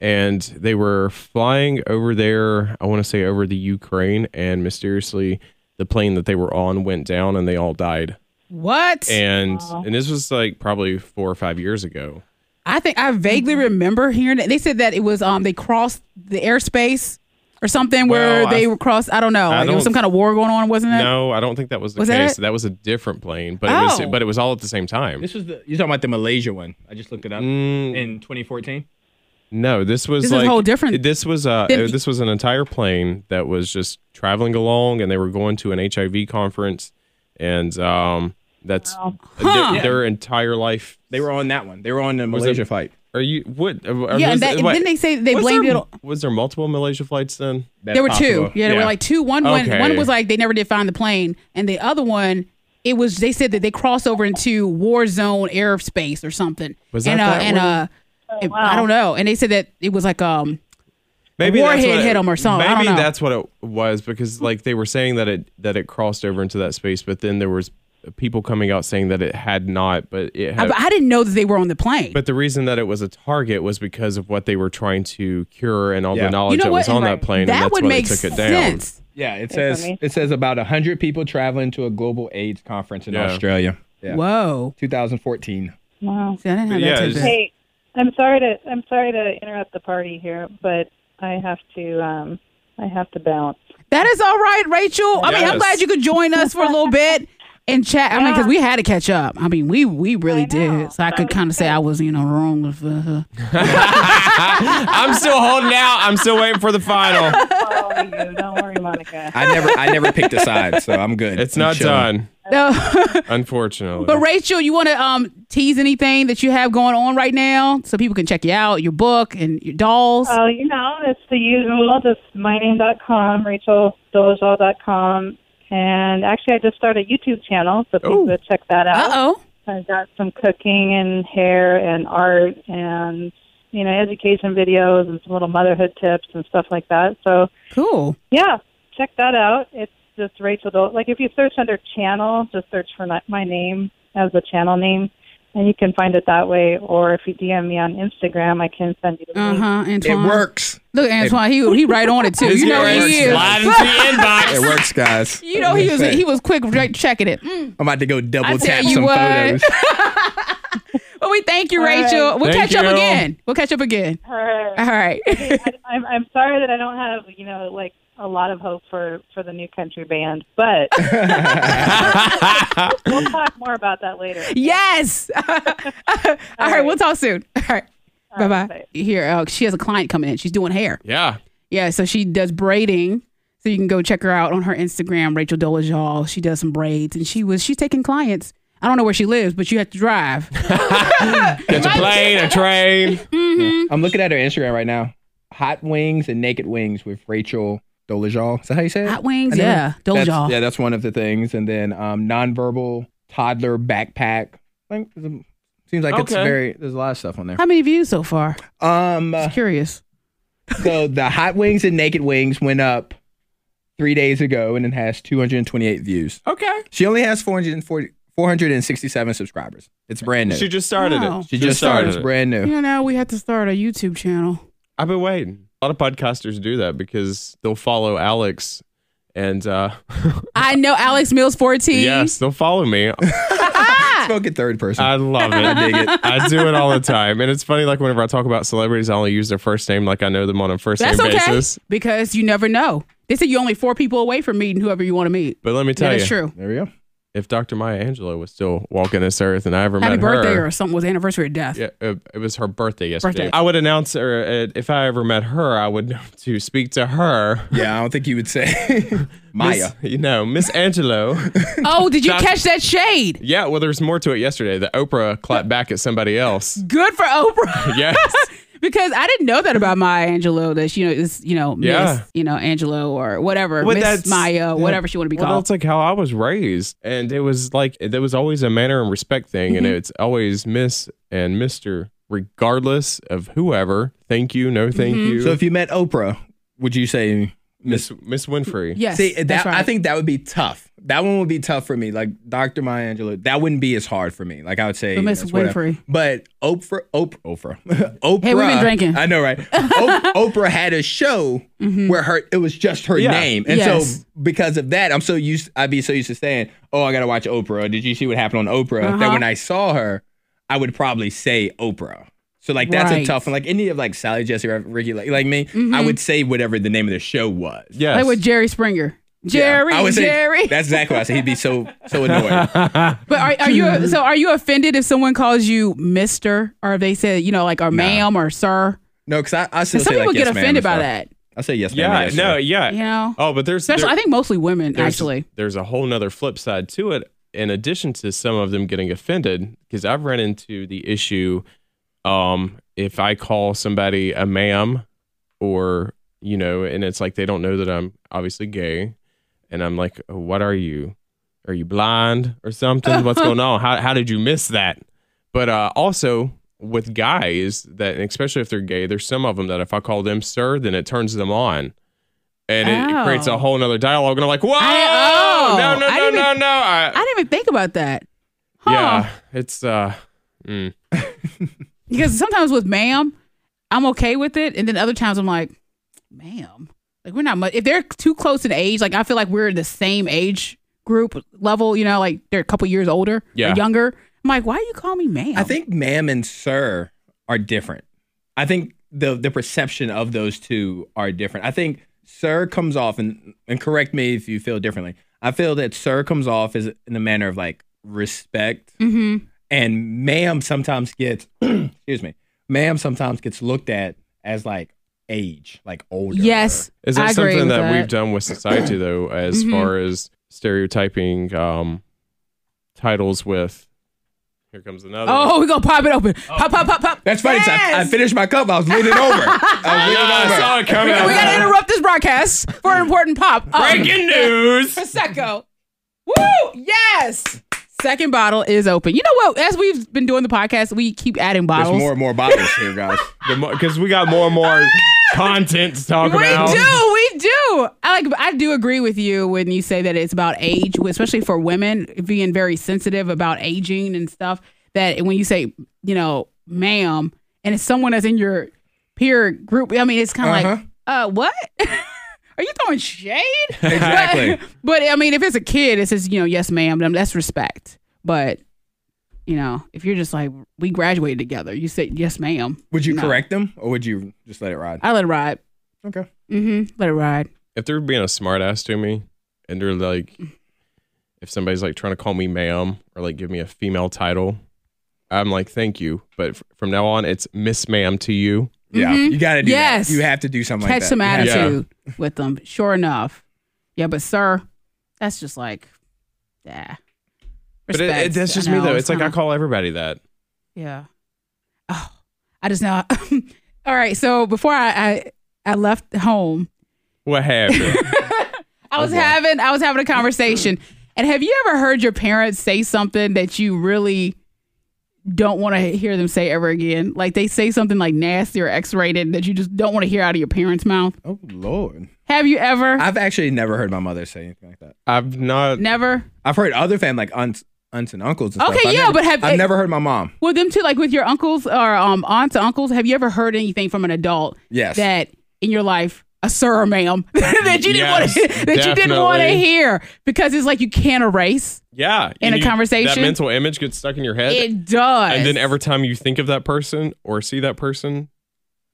C: and they were flying over there. I want to say over the Ukraine, and mysteriously, the plane that they were on went down, and they all died.
B: What?
C: And and this was like probably four or five years ago.
B: I think I vaguely remember hearing that. They said that it was um they crossed the airspace or something where
C: Well, I-
B: they were crossed. I don't know.
C: I
B: Like, it was
C: don't-
B: some kind of war going on, wasn't it?
C: No, I don't think that was the
B: Was that
C: case.
B: it?
C: That, was a different plane, but it
B: Oh.
C: was but it was all at the same time.
D: This was the you're talking about the Malaysia one. I just looked it up
C: Mm,
D: in 2014.
C: no, this was
B: This is
C: like
B: whole different
C: This was uh
B: than-
C: uh, this was an entire plane that was just traveling along, and they were going to an HIV conference, and um that's
B: Huh.
C: their, their entire life.
D: They were on that one. They were on the
C: Was it-
D: Malaysia fight.
C: Are you what?
B: yeah,
C: Are, was-
B: and, that, and
C: what-
B: then they say they
C: was
B: blamed
C: there,
B: it. on-
C: Was there multiple Malaysia flights then?
D: That's
B: There were two.
D: possible.
B: Yeah, there were
C: Yeah.
B: like two. One, one-
C: Okay.
B: one was like they never did find the plane, and the other one, it was they said that they crossed over into war zone airspace or something.
C: Was
B: and,
C: that
B: uh,
C: that
B: and
C: one?
B: uh, it- I don't know. And they said that it was like um
C: that's
B: warhead
C: what it-
B: hit 'em or something. I
C: Maybe
B: don't know.
C: that's what it was because like they were saying that it that it crossed over into that space, but then there was people coming out saying that it had not, but it
B: I,
C: had.
B: I didn't know that they were on the plane.
C: but the reason that it was a target was because of what they were trying to cure and all
D: Yeah.
C: the knowledge
B: you know
C: that
B: what?
C: was on that plane, and
B: That
C: that's
B: would
C: why
B: make
C: they took it down.
B: sense.
D: Yeah, it says
E: Information.
D: it says about 100 people traveling to a global AIDS conference in
C: Yeah.
D: Australia. Yeah.
B: Whoa.
D: 2014.
E: Wow.
B: See, I didn't have
C: Yeah,
B: that
C: it's-
B: tidbit.
E: Hey, I'm sorry to I'm sorry to interrupt the party here, but I have to um I have to bounce.
B: That is all right, Rachel. I mean, I'm
C: Yes.
B: glad you could join us for a little bit and chat. I mean, because we had to catch up. I mean, we we really did. So I could kind of say I was, you know, wrong with uh,
C: I'm still holding out. I'm still waiting for the final.
E: Follow Oh, you. Don't worry, Monica.
D: I never I never picked a side, so I'm good.
C: It's
D: I'm
C: not
D: chilling.
C: done,
B: no.
C: unfortunately.
B: But Rachel, you want to um tease anything that you have going on right now, so people can check you out, your book and your dolls.
E: Oh, you know, it's the usual, just myname.com, racheldolejaw.com. And actually, I just started a YouTube channel, so please go check that
B: Uh
E: out.
B: oh.
E: I've got some cooking and hair and art and, you know, education videos and some little motherhood tips and stuff like that. So
B: Cool.
E: Yeah, check that out. It's just Rachel Dole. Like if you search under channel, just search for my- my name as the channel name, and you can find it that way. Or if you DM me on Instagram, I can send you the
B: Uh
E: link.
B: huh.
D: It
B: Antoine.
D: works.
B: Look, Antoine. He he right on it too.
C: This
B: You know
C: guy
B: he
C: is sliding
B: is.
C: into the inbox.
D: It works, guys.
B: You know he was he was quick right checking it. Mm.
D: I'm about to go double
B: I tell
D: tap
B: you
D: some
B: what.
D: photos.
B: Well, we thank you,
E: All right.
B: Rachel. We'll
C: Thank
B: catch up
C: you.
B: again. We'll catch up again.
E: Her.
B: All right.
E: I, I'm I'm sorry that I don't have you know like a lot of hope for for the new country band, but we'll talk more about that later.
B: yes. All right. We'll talk soon. All right. Bye bye.
E: bye.
B: Here, uh, she has a client coming in. She's doing hair.
C: yeah.
B: Yeah, so she does braiding. So you can go check her out on her Instagram, Rachel Dolezal. She does some braids, and she was she's taking clients. I don't know where she lives, but you have to drive.
C: Catch a plane, a train.
D: I'm looking at her Instagram right now. Hot wings and naked wings with Rachel Dolezal. Is that how you say it?
B: Hot wings,
D: I never-
B: yeah,
D: That's-
B: Dolezal.
D: Yeah, that's one of the things. And then um, nonverbal toddler backpack. I think there's a- seems like it's
C: Okay.
D: very. There's a lot of stuff on there.
B: How many views so far?
D: Um, uh,
B: Curious.
D: So the hot wings and naked wings went up three days ago and it has 228 views.
C: Okay.
D: She only has 440, 467 subscribers. It's brand new.
C: She just started
B: Wow.
C: it.
D: She just started. It's
C: it.
D: brand new.
B: You know, we had to start a YouTube channel.
C: I've been waiting. A lot of podcasters do that because they'll follow Alex and uh
B: I know Alex Mills 14.
C: yes, they'll follow me.
D: Spoke in third person.
C: I love it. I
D: dig it.
C: I do it all the time. And it's funny, like whenever I talk about celebrities, I only use their first name like I know them on a first
B: That's
C: name
B: okay.
C: basis.
B: Because you never know. They said you're only four people away from meeting whoever you want to meet.
C: But let me tell
B: that
C: you,
B: is true.
D: there we go.
C: if Dr. Maya Angelou was still walking this earth and I ever
B: Happy
C: met
B: birthday
C: her,
B: or something was anniversary of death.
C: yeah, it, it was her birthday yesterday.
B: Birthday.
C: I would announce her uh, if I ever met her, I would know to speak to her.
D: Yeah, I don't think you would say Maya.
C: Miss, you know, Miss Angelou.
B: Oh, did you
C: That's-
B: catch that shade?
C: Yeah, well, there's more to it yesterday. The Oprah clapped back at somebody else.
B: Good for Oprah.
C: Yes.
B: because I didn't
D: Mm-hmm.
B: know that about Maya Angelou that she you know is you know
C: Yeah.
B: Miss you know Angelo or whatever
C: Well,
B: Miss
C: that's-
B: Maya whatever she want to be
C: Well,
B: called.
C: that's like how I was raised. And it was like, there was always a manner and respect thing.
B: Mm-hmm.
C: And it's always Miss and Mr., regardless of whoever. Thank you. No, thank
B: Mm-hmm.
C: you.
D: So if you met Oprah, would you say Miss
C: Miss, Miss Winfrey.
B: yes,
D: See, that,
B: that's right.
D: I think that would be tough. That one would be tough for me. Like Dr. Maya Angelou, that wouldn't be as hard for me. Like I would say,
B: But Miss
D: that's what I-
B: Winfrey.
D: But Oprah, Oprah, Oprah, Oprah.
B: Hey, we've been drinking. Mm-hmm.
D: I know, right? Op- Oprah had a show where her it was just her
C: Yeah.
D: name, and
B: Yes.
D: so because of that, I'm so used. I'd be so used to saying, "Oh, I gotta watch Oprah." Or, Did you see what happened on Oprah? That
B: Uh-huh.
D: when I saw her, I would probably say Oprah. So like that's a
B: Right. Mm-hmm.
D: tough one. Like any of like Sally Jesse or Ricky, like, like me, I would say whatever the name of the show was.
C: Yes.
B: like with Jerry Springer. Jerry,
D: Yeah, I would say-
B: Jerry.
D: That's exactly what I said. He'd be so so annoyed.
B: But are, are you so? Are you offended if someone calls you Mister, or if they say you know like or Ma'am or Sir?
D: No, because I, I still
B: Because
D: say
B: some people
D: like,
B: get
D: yes, ma'am
B: offended
D: and
B: by
D: stuff.
B: that.
D: I say yes, ma'am.
C: yeah,
D: yes,
C: no,
D: sir.
C: yeah.
B: You know,
C: Oh, but there's.
B: especially
C: there-
B: I think mostly women
C: there's-
B: actually.
C: There's a whole nother flip side to it, in addition to some of them getting offended, because I've run into the issue um, if I call somebody a ma'am or, you know, and it's like they don't know that I'm obviously gay. And I'm like, what are you? Are you blind or something? What's going on? How, how did you miss that? But uh, also with guys that, and especially if they're gay, there's some of them that if I call them sir, then it turns them on. And it, it creates
B: Oh.
C: a whole nother dialogue. And I'm like, whoa,
B: I- oh,
C: no, no,
B: I
C: no,
B: didn't
C: no,
B: even- Oh.
C: no. I-
B: I didn't even think about that. Huh.
C: yeah, it's, uh, mm.
B: because sometimes with ma'am, I'm okay with it, and then other times I'm like, ma'am, like we're not much. If they're too close in age, like I feel like we're in the same age group level, you know, like they're a couple years older, or
C: Yeah.
B: younger. I'm like, why do you call me ma'am?
D: I think ma'am and sir are different. I think the the perception of those two are different. I think sir comes off and and correct me if you feel differently. I feel that sir comes off as in a manner of like respect,
B: Mm-hmm.
D: and ma'am sometimes gets excuse me, ma'am sometimes gets looked at as like age, like older.
B: Yes,
C: Is that
B: I agree
C: something
B: with
C: that,
B: that.
C: we've done with society though, as
B: Mhm.
C: far as stereotyping um, titles with? Here comes another. one.
B: Oh, we gonna pop it open. Pop, pop, pop, pop.
D: That's funny. 'cause I, I
B: Yes!
D: finished my cup. I was leaning over. I was
C: Yeah,
D: leaning
C: I
D: over.
C: saw it
B: we
C: coming.
B: gotta interrupt this broadcast for an important pop. Um,
C: Breaking news.
B: Prosecco. Woo! Yes. Second bottle is open. You know what? As we've been doing the podcast, we keep adding bottles.
D: There's more and more bottles here, guys.
C: Because we got more and more content to talk
B: We
C: about.
B: do, we do. I like. I do agree with you when you say that it's about age, especially for women being very sensitive about aging and stuff. That when you say, you know, ma'am, and it's someone that's in your peer group, I mean, it's kind of like,
D: Uh-huh.
B: uh, what? Are you throwing shade?
D: Exactly.
B: but I mean, if it's a kid, it says, you know, yes, ma'am. Then that's respect. But you know, if you're just like, we graduated together, you say, yes, ma'am.
D: Would you
B: No.
D: correct them or would you just let it ride?
B: I let it ride.
D: Okay.
B: Mm-hmm. Let it ride.
C: If they're being a smartass to me, and they're like, if somebody's like trying to call me ma'am or like give me a female title, I'm like, thank you. But f- from now on, it's Miss Ma'am to you.
D: Yeah. You got to do
B: Mm-hmm. Yes.
D: that. You have to do something
B: catch
D: like that.
B: some
D: You have to.
B: attitude with them. Sure enough, yeah. But sir, that's just like, yeah.
C: But it, it, that's just me though. It's like I call everybody that.
B: Yeah. Oh, I just know. All right. So before I I, I left home,
C: What happened? Oh,
B: I was having I was having a conversation. And have you ever heard your parents say something that you really don't want to hear them say ever again. Like they say something like nasty or X rated that you just don't want to hear out of your parents' mouth.
D: Oh Lord,
B: Have you ever?
D: I've actually never heard my mother say anything like that.
C: I've not.
B: never.
D: I've heard other family like aunts, aunts and uncles. And
B: Okay,
D: stuff. I've
B: yeah,
D: never-
B: but have-
D: I've never heard my mom?
B: Well, them too, like with your uncles or um, aunts and uncles, have you ever heard anything from an adult
D: Yes.
B: that in your life, a sir or ma'am, that you didn't want
C: Yes,
B: to, that you didn't want to
C: definitely.
B: hear because it's like you can't erase.
C: Yeah.
B: In
C: and
B: a
C: you-
B: conversation?
C: That mental image gets stuck in your head.
B: It does.
C: and then every time you think of that person or see that person,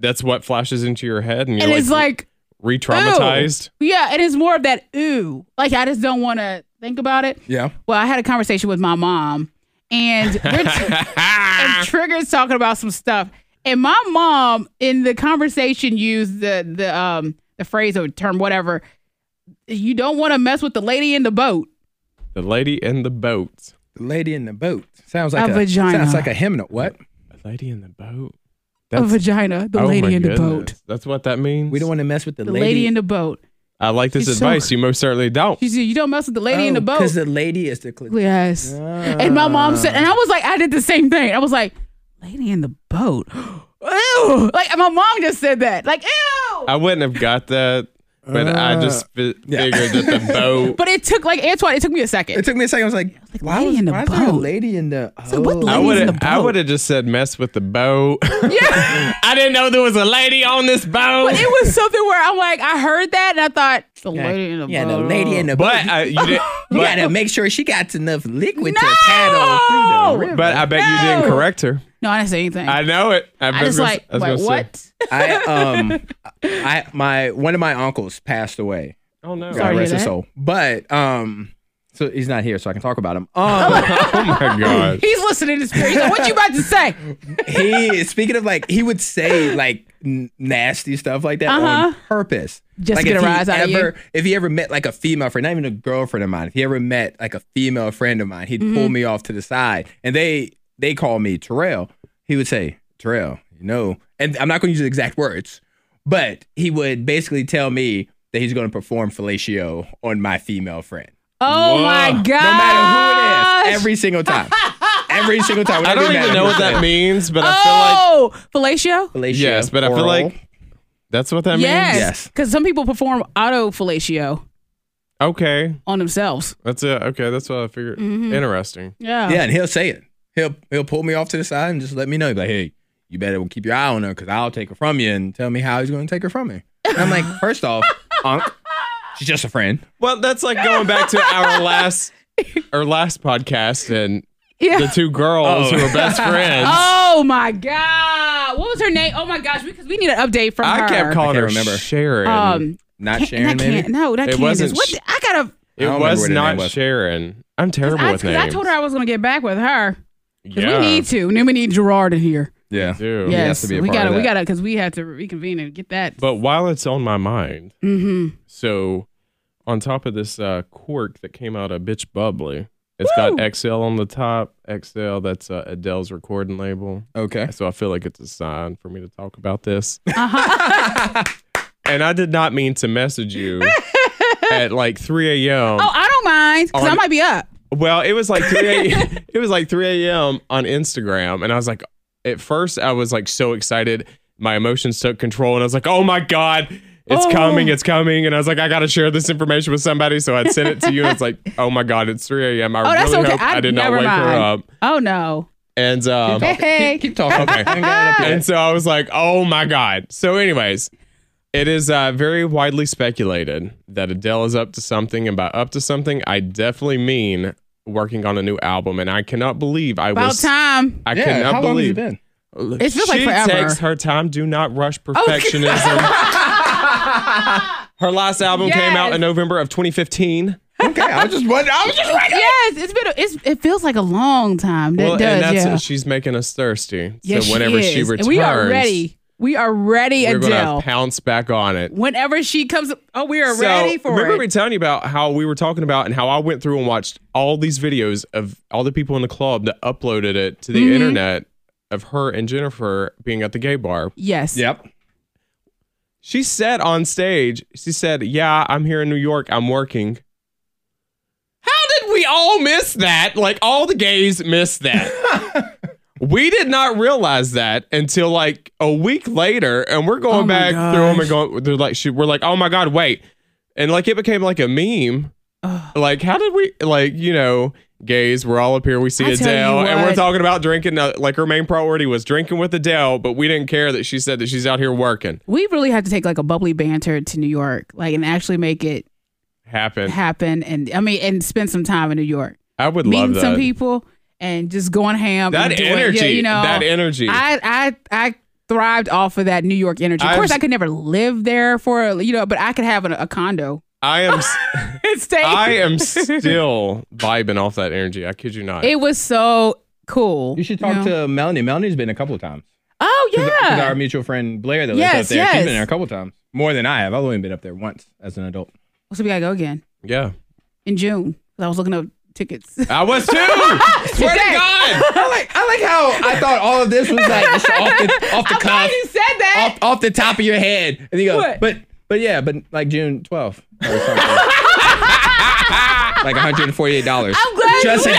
C: that's what flashes into your head. And you're
B: and
C: like,
B: it's like
C: re traumatized.
B: Ooh. Yeah, and it's more of that ooh. Like I just don't want to think about it.
D: Yeah.
B: Well, I had a conversation with my mom, and we're
C: Ah. oh.
B: and Trigger's talking about some stuff. And my mom in the conversation used the the um the phrase or term whatever. You don't want to mess with the lady in the boat.
C: The lady in the boat.
D: The lady in the boat sounds like
B: A
D: a,
B: vagina.
D: Sounds like a hymnal. What?
C: The lady in the boat.
B: a vagina, the
C: oh my
B: lady in the boat.
C: goodness. That's what that means.
D: We don't want to mess with the,
B: The lady, in the boat.
C: I like this
B: She's so-
C: advice. you most certainly don't.
B: She said, "You don't mess with the lady
C: Oh,
B: in the boat."
D: because Oh, the lady is the. Cl-
B: Yes.
C: Ah.
B: And my mom said, and I was like, I did the same thing. I was like, lady in the boat. ew. Like, my mom just said that. Like, ew.
C: I wouldn't have got that, but I just fi-
D: Uh, yeah.
C: figured that the boat.
B: But it took, like, Antoine, it took me a
D: It
B: second.
D: took me a second. I was like, why,
B: lady
D: was,
B: in the
D: why is there a
B: boat.
D: lady in the? Oh.
B: So what
D: I
C: I
B: lady-
C: would
D: would-
B: Ladies in
C: have.
B: the
C: I
B: boat.
C: would have just said mess with the boat.
B: yeah.
C: I didn't know there was a lady on this boat.
B: But it was something where I'm like, I heard that and I thought, the lady in the
D: yeah,
B: boat.
D: the lady in the boat.
C: But I, you did.
D: you
C: But,
D: gotta make sure she got enough liquid
B: No!
D: to paddle through the river.
C: but I bet you didn't
B: No.
C: correct her.
B: No, I didn't say anything.
C: I
B: I,
C: know it. I, was
B: just
C: gonna-
B: like,
C: I
B: wait,
C: was gonna say-
B: what?
D: I um I my one of my uncles passed away.
C: Oh no!
D: God
B: Sorry. to
D: rest
B: hear
D: his
B: that.
D: soul. But um so he's not here, so I can talk about him. Um
C: oh my god!
B: He's listening to this. He's like, what you about to say?
D: he speaking of like he would say like n- nasty stuff like that
B: Uh-huh.
D: on purpose.
B: Just
D: like
B: to get
D: if
B: a
D: he
B: rise out of you.
D: ever, If he ever met like a female friend, not even a girlfriend of mine, if he ever met like a female friend of mine, he'd
B: Mm-hmm.
D: pull me off to the side and they they call me Terrell. He would say, Terrell, you know, and I'm not gonna use the exact words, but he would basically tell me that he's gonna perform fellatio on my female friend.
B: Oh
C: Whoa.
B: my
C: No
B: God.
D: No matter who it is, every single time. Every single time.
C: I
D: whenever
C: don't
D: he met
C: even
D: me,
C: know
D: he
C: what
D: would
C: that
D: say,
C: means, but I feel like
B: Oh, fellatio?
D: Fellatio,
C: yes, but I feel
D: oral.
C: like that's what that
B: yes.
C: means.
D: Yes.
B: Because some people perform auto fellatio
C: Okay,
B: on themselves.
C: that's it. Okay, that's what I figured.
B: Mm-hmm.
C: Interesting.
B: Yeah.
D: Yeah, and he'll say it. He'll he'll pull me off to the side and just let me know. He'll be like, hey, you better keep your eye on her because I'll take her from you and tell me how he's going to take her from me. And I'm like, first off, Unc, she's just a friend.
C: Well, that's like going back to our last our last podcast and
B: Yeah.
C: the two girls
D: Oh.
C: who are best friends.
B: Oh my God. What was her name? Oh my gosh. Because we need an update from her.
C: I kept
D: I
C: calling
D: can't
C: her
D: remember.
C: Sharon.
B: Um,
D: Not
B: Can-
D: Sharon,
B: not Can-
D: maybe.
B: No, not
C: It
B: Candace.
C: wasn't
B: What
C: sh-
B: the- I gotta.
C: it
D: don't remember
C: was
D: what her
C: not
D: name was.
C: Sharon. I'm terrible
B: I,
C: with
B: 'cause
C: names.
B: I told her I was gonna get back with her. 'Cause
C: yeah,
B: We need to. And then we need Gerard in here.
D: Yeah.
C: do.
D: has
B: yes.
D: to be a
B: we
D: part of
B: gotta. We
D: that.
B: gotta. Because we had to reconvene and get that.
C: But while it's on my mind,
B: hmm
C: so on top of this uh, cork that came out of Bitch Bubbly, it's got XL on the top. XL, that's uh, Adele's recording label.
D: Okay.
C: So I feel like it's a sign for me to talk about this.
B: Uh-huh.
C: and I did not mean to message you at like 3
B: Oh,
C: a.m.
B: I don't mind. Because
C: On-
B: I might be up.
C: Well, it was like 3 a, it was like 3 a.m. on Instagram, and I was like, at first I was like so excited, my emotions took control, and I was like, oh my god, it's
B: Oh.
C: coming, it's coming, and I was like, I gotta share this information with somebody, so I sent it to you, and it's like, oh my god, it's 3 a.m. I
B: Oh, that's
C: really
B: okay.
C: hope I,
B: I-
C: did not
B: never
C: wake her
B: mind.
C: up,
B: Oh no.
C: and um,
B: Hey, hey.
D: Keep talking. Okay. I ain't got it up yet.
C: and so I was like, oh my God. So, anyways, it is uh, very widely speculated that Adele is up to something. And by up to something, I definitely mean working on a new album. And I cannot believe I
B: About
C: was.
B: time.
C: I
D: yeah,
C: cannot
D: how long has it
C: believe.
D: been?
B: It feels like
C: she
B: forever.
C: takes her time. Do not rush perfectionism. her last album came out
B: Yes.
C: in November of 2015.
D: Okay, I was just wondering. I was just wondering.
B: Yes, it's been. A, it's, it feels like a long time. That
C: well,
B: does.
C: and that's
B: yeah.
C: she's making us thirsty.
B: Yes,
C: so whenever she,
B: is.
C: returns,
B: And we are ready. We are ready,
C: We're
B: Adele.
C: gonna pounce back on it.
B: Whenever she comes, oh, we are
C: So,
B: ready for
C: remember
B: it.
C: me telling you about how we were talking about and how I went through and watched all these videos of all the people in the club that uploaded it to the
B: Mm-hmm.
C: internet of her and Jennifer being at the gay bar.
B: yes.
D: Yep.
C: She said on stage, she said, "Yeah, I'm here in New York. I'm working." How did we all miss that? Like all the gays missed that. We did not realize that until like a week later, and we're going
B: Oh my
C: back through them
B: gosh.
C: and going. They're like, she, we're like, oh my god, wait, and like it became like a meme. Like, how did we like you know? Gays, we're all up here. We see
B: I tell you
C: Adele, and we're
B: what.
C: talking about drinking. Uh, like her main priority was drinking with Adele, but we didn't care that she said that she's out here working.
B: We really have to take like a bubbly banter to New York, like, and actually make it
C: Happened.
B: happen. And I mean, and spend some time in New York,
C: I would love
B: meeting
C: that.
B: some people, and just going ham.
C: that
B: and doing- yeah,
C: energy.
B: you know,
C: that energy.
B: I I I thrived off of that New York energy. Of
C: I've
B: course,
C: s-
B: I could never live there for you know, but I could have an, a condo
C: I am. s-
B: and stay.
C: I am still vibing off that energy. I kid you not.
B: It was so cool.
D: You should talk
B: know?
D: to Melanie. Melanie's been a couple of times.
B: Oh
D: Because
B: yeah.
D: our mutual friend Blair that lives
B: Yes,
D: up there, she's
B: yes.
D: been there a couple times. More than I have. I've only been up there once as an adult.
B: So we gotta go again
C: yeah,
B: in June. 'Cause I was looking up tickets.
C: I was too. Swear to
B: Today.
C: God.
D: I like I like how I thought all of this was like just off the off the
B: I'm glad
D: cuff,
B: you said that.
D: off, off the top of your head, and you go,
B: What?
D: but but yeah, but like June twelfth or something. like one hundred and forty eight dollars.
B: I'm glad
D: Just
B: you
D: in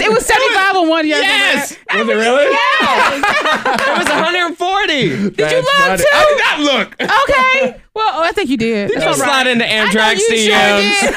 B: Yes, it was 75 on one year.
D: Yes, was it really?
C: It was 140.
D: Did
B: you love too?
D: I did not look.
B: Okay. Well, oh, I think you did. That's
C: Don't
B: all right.
C: slide into
B: I know
C: Amtrak's
B: you sure
C: DMs.
B: did.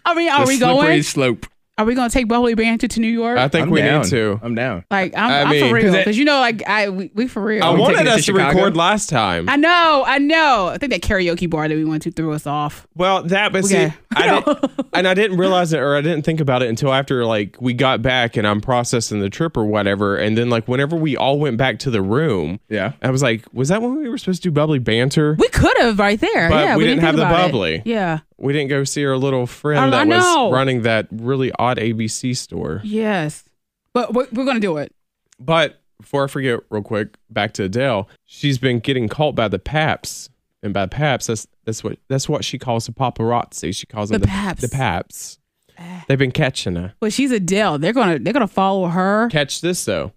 B: I mean, are
D: The
B: we
D: slippery
B: going?
D: slope.
B: Are we going to take bubbly banter to New York?
C: I think
D: I'm
C: we
D: down.
C: need to.
D: I'm down.
B: like I'm,
C: I
B: I am
C: mean,
B: for real
D: 'cause it-
B: because you know, like I we, we for real.
C: I
D: we
C: wanted
D: taking it to
C: us to
D: Chicago?
C: record last time.
B: I know, I know. I think that karaoke bar that we went to threw us off.
C: well, that but
B: Okay.
C: see, I didn't, and I didn't realize it, or I didn't think about it until after like we got back and I'm processing the trip or whatever. And then like whenever we all went back to the room,
D: Yeah.
C: I was like, was that when we were supposed to do bubbly banter?
B: We could have right there.
C: But
B: yeah,
C: we didn't have
B: think
C: the
B: about it.
C: bubbly.
B: Yeah,
C: We didn't go see our little friend
B: I- I
C: that
B: know.
C: was running that really odd ABC store.
B: yes, but we're, we're gonna do it.
C: But before I forget, real quick, back to Adele. She's been getting caught by the Paps, and by Paps, that's that's what that's what she calls the paparazzi. She calls them
B: The
C: the
B: Paps. Ah.
C: The Paps. They've been catching her.
B: But she's Adele. They're gonna they're gonna follow her.
C: Catch this though.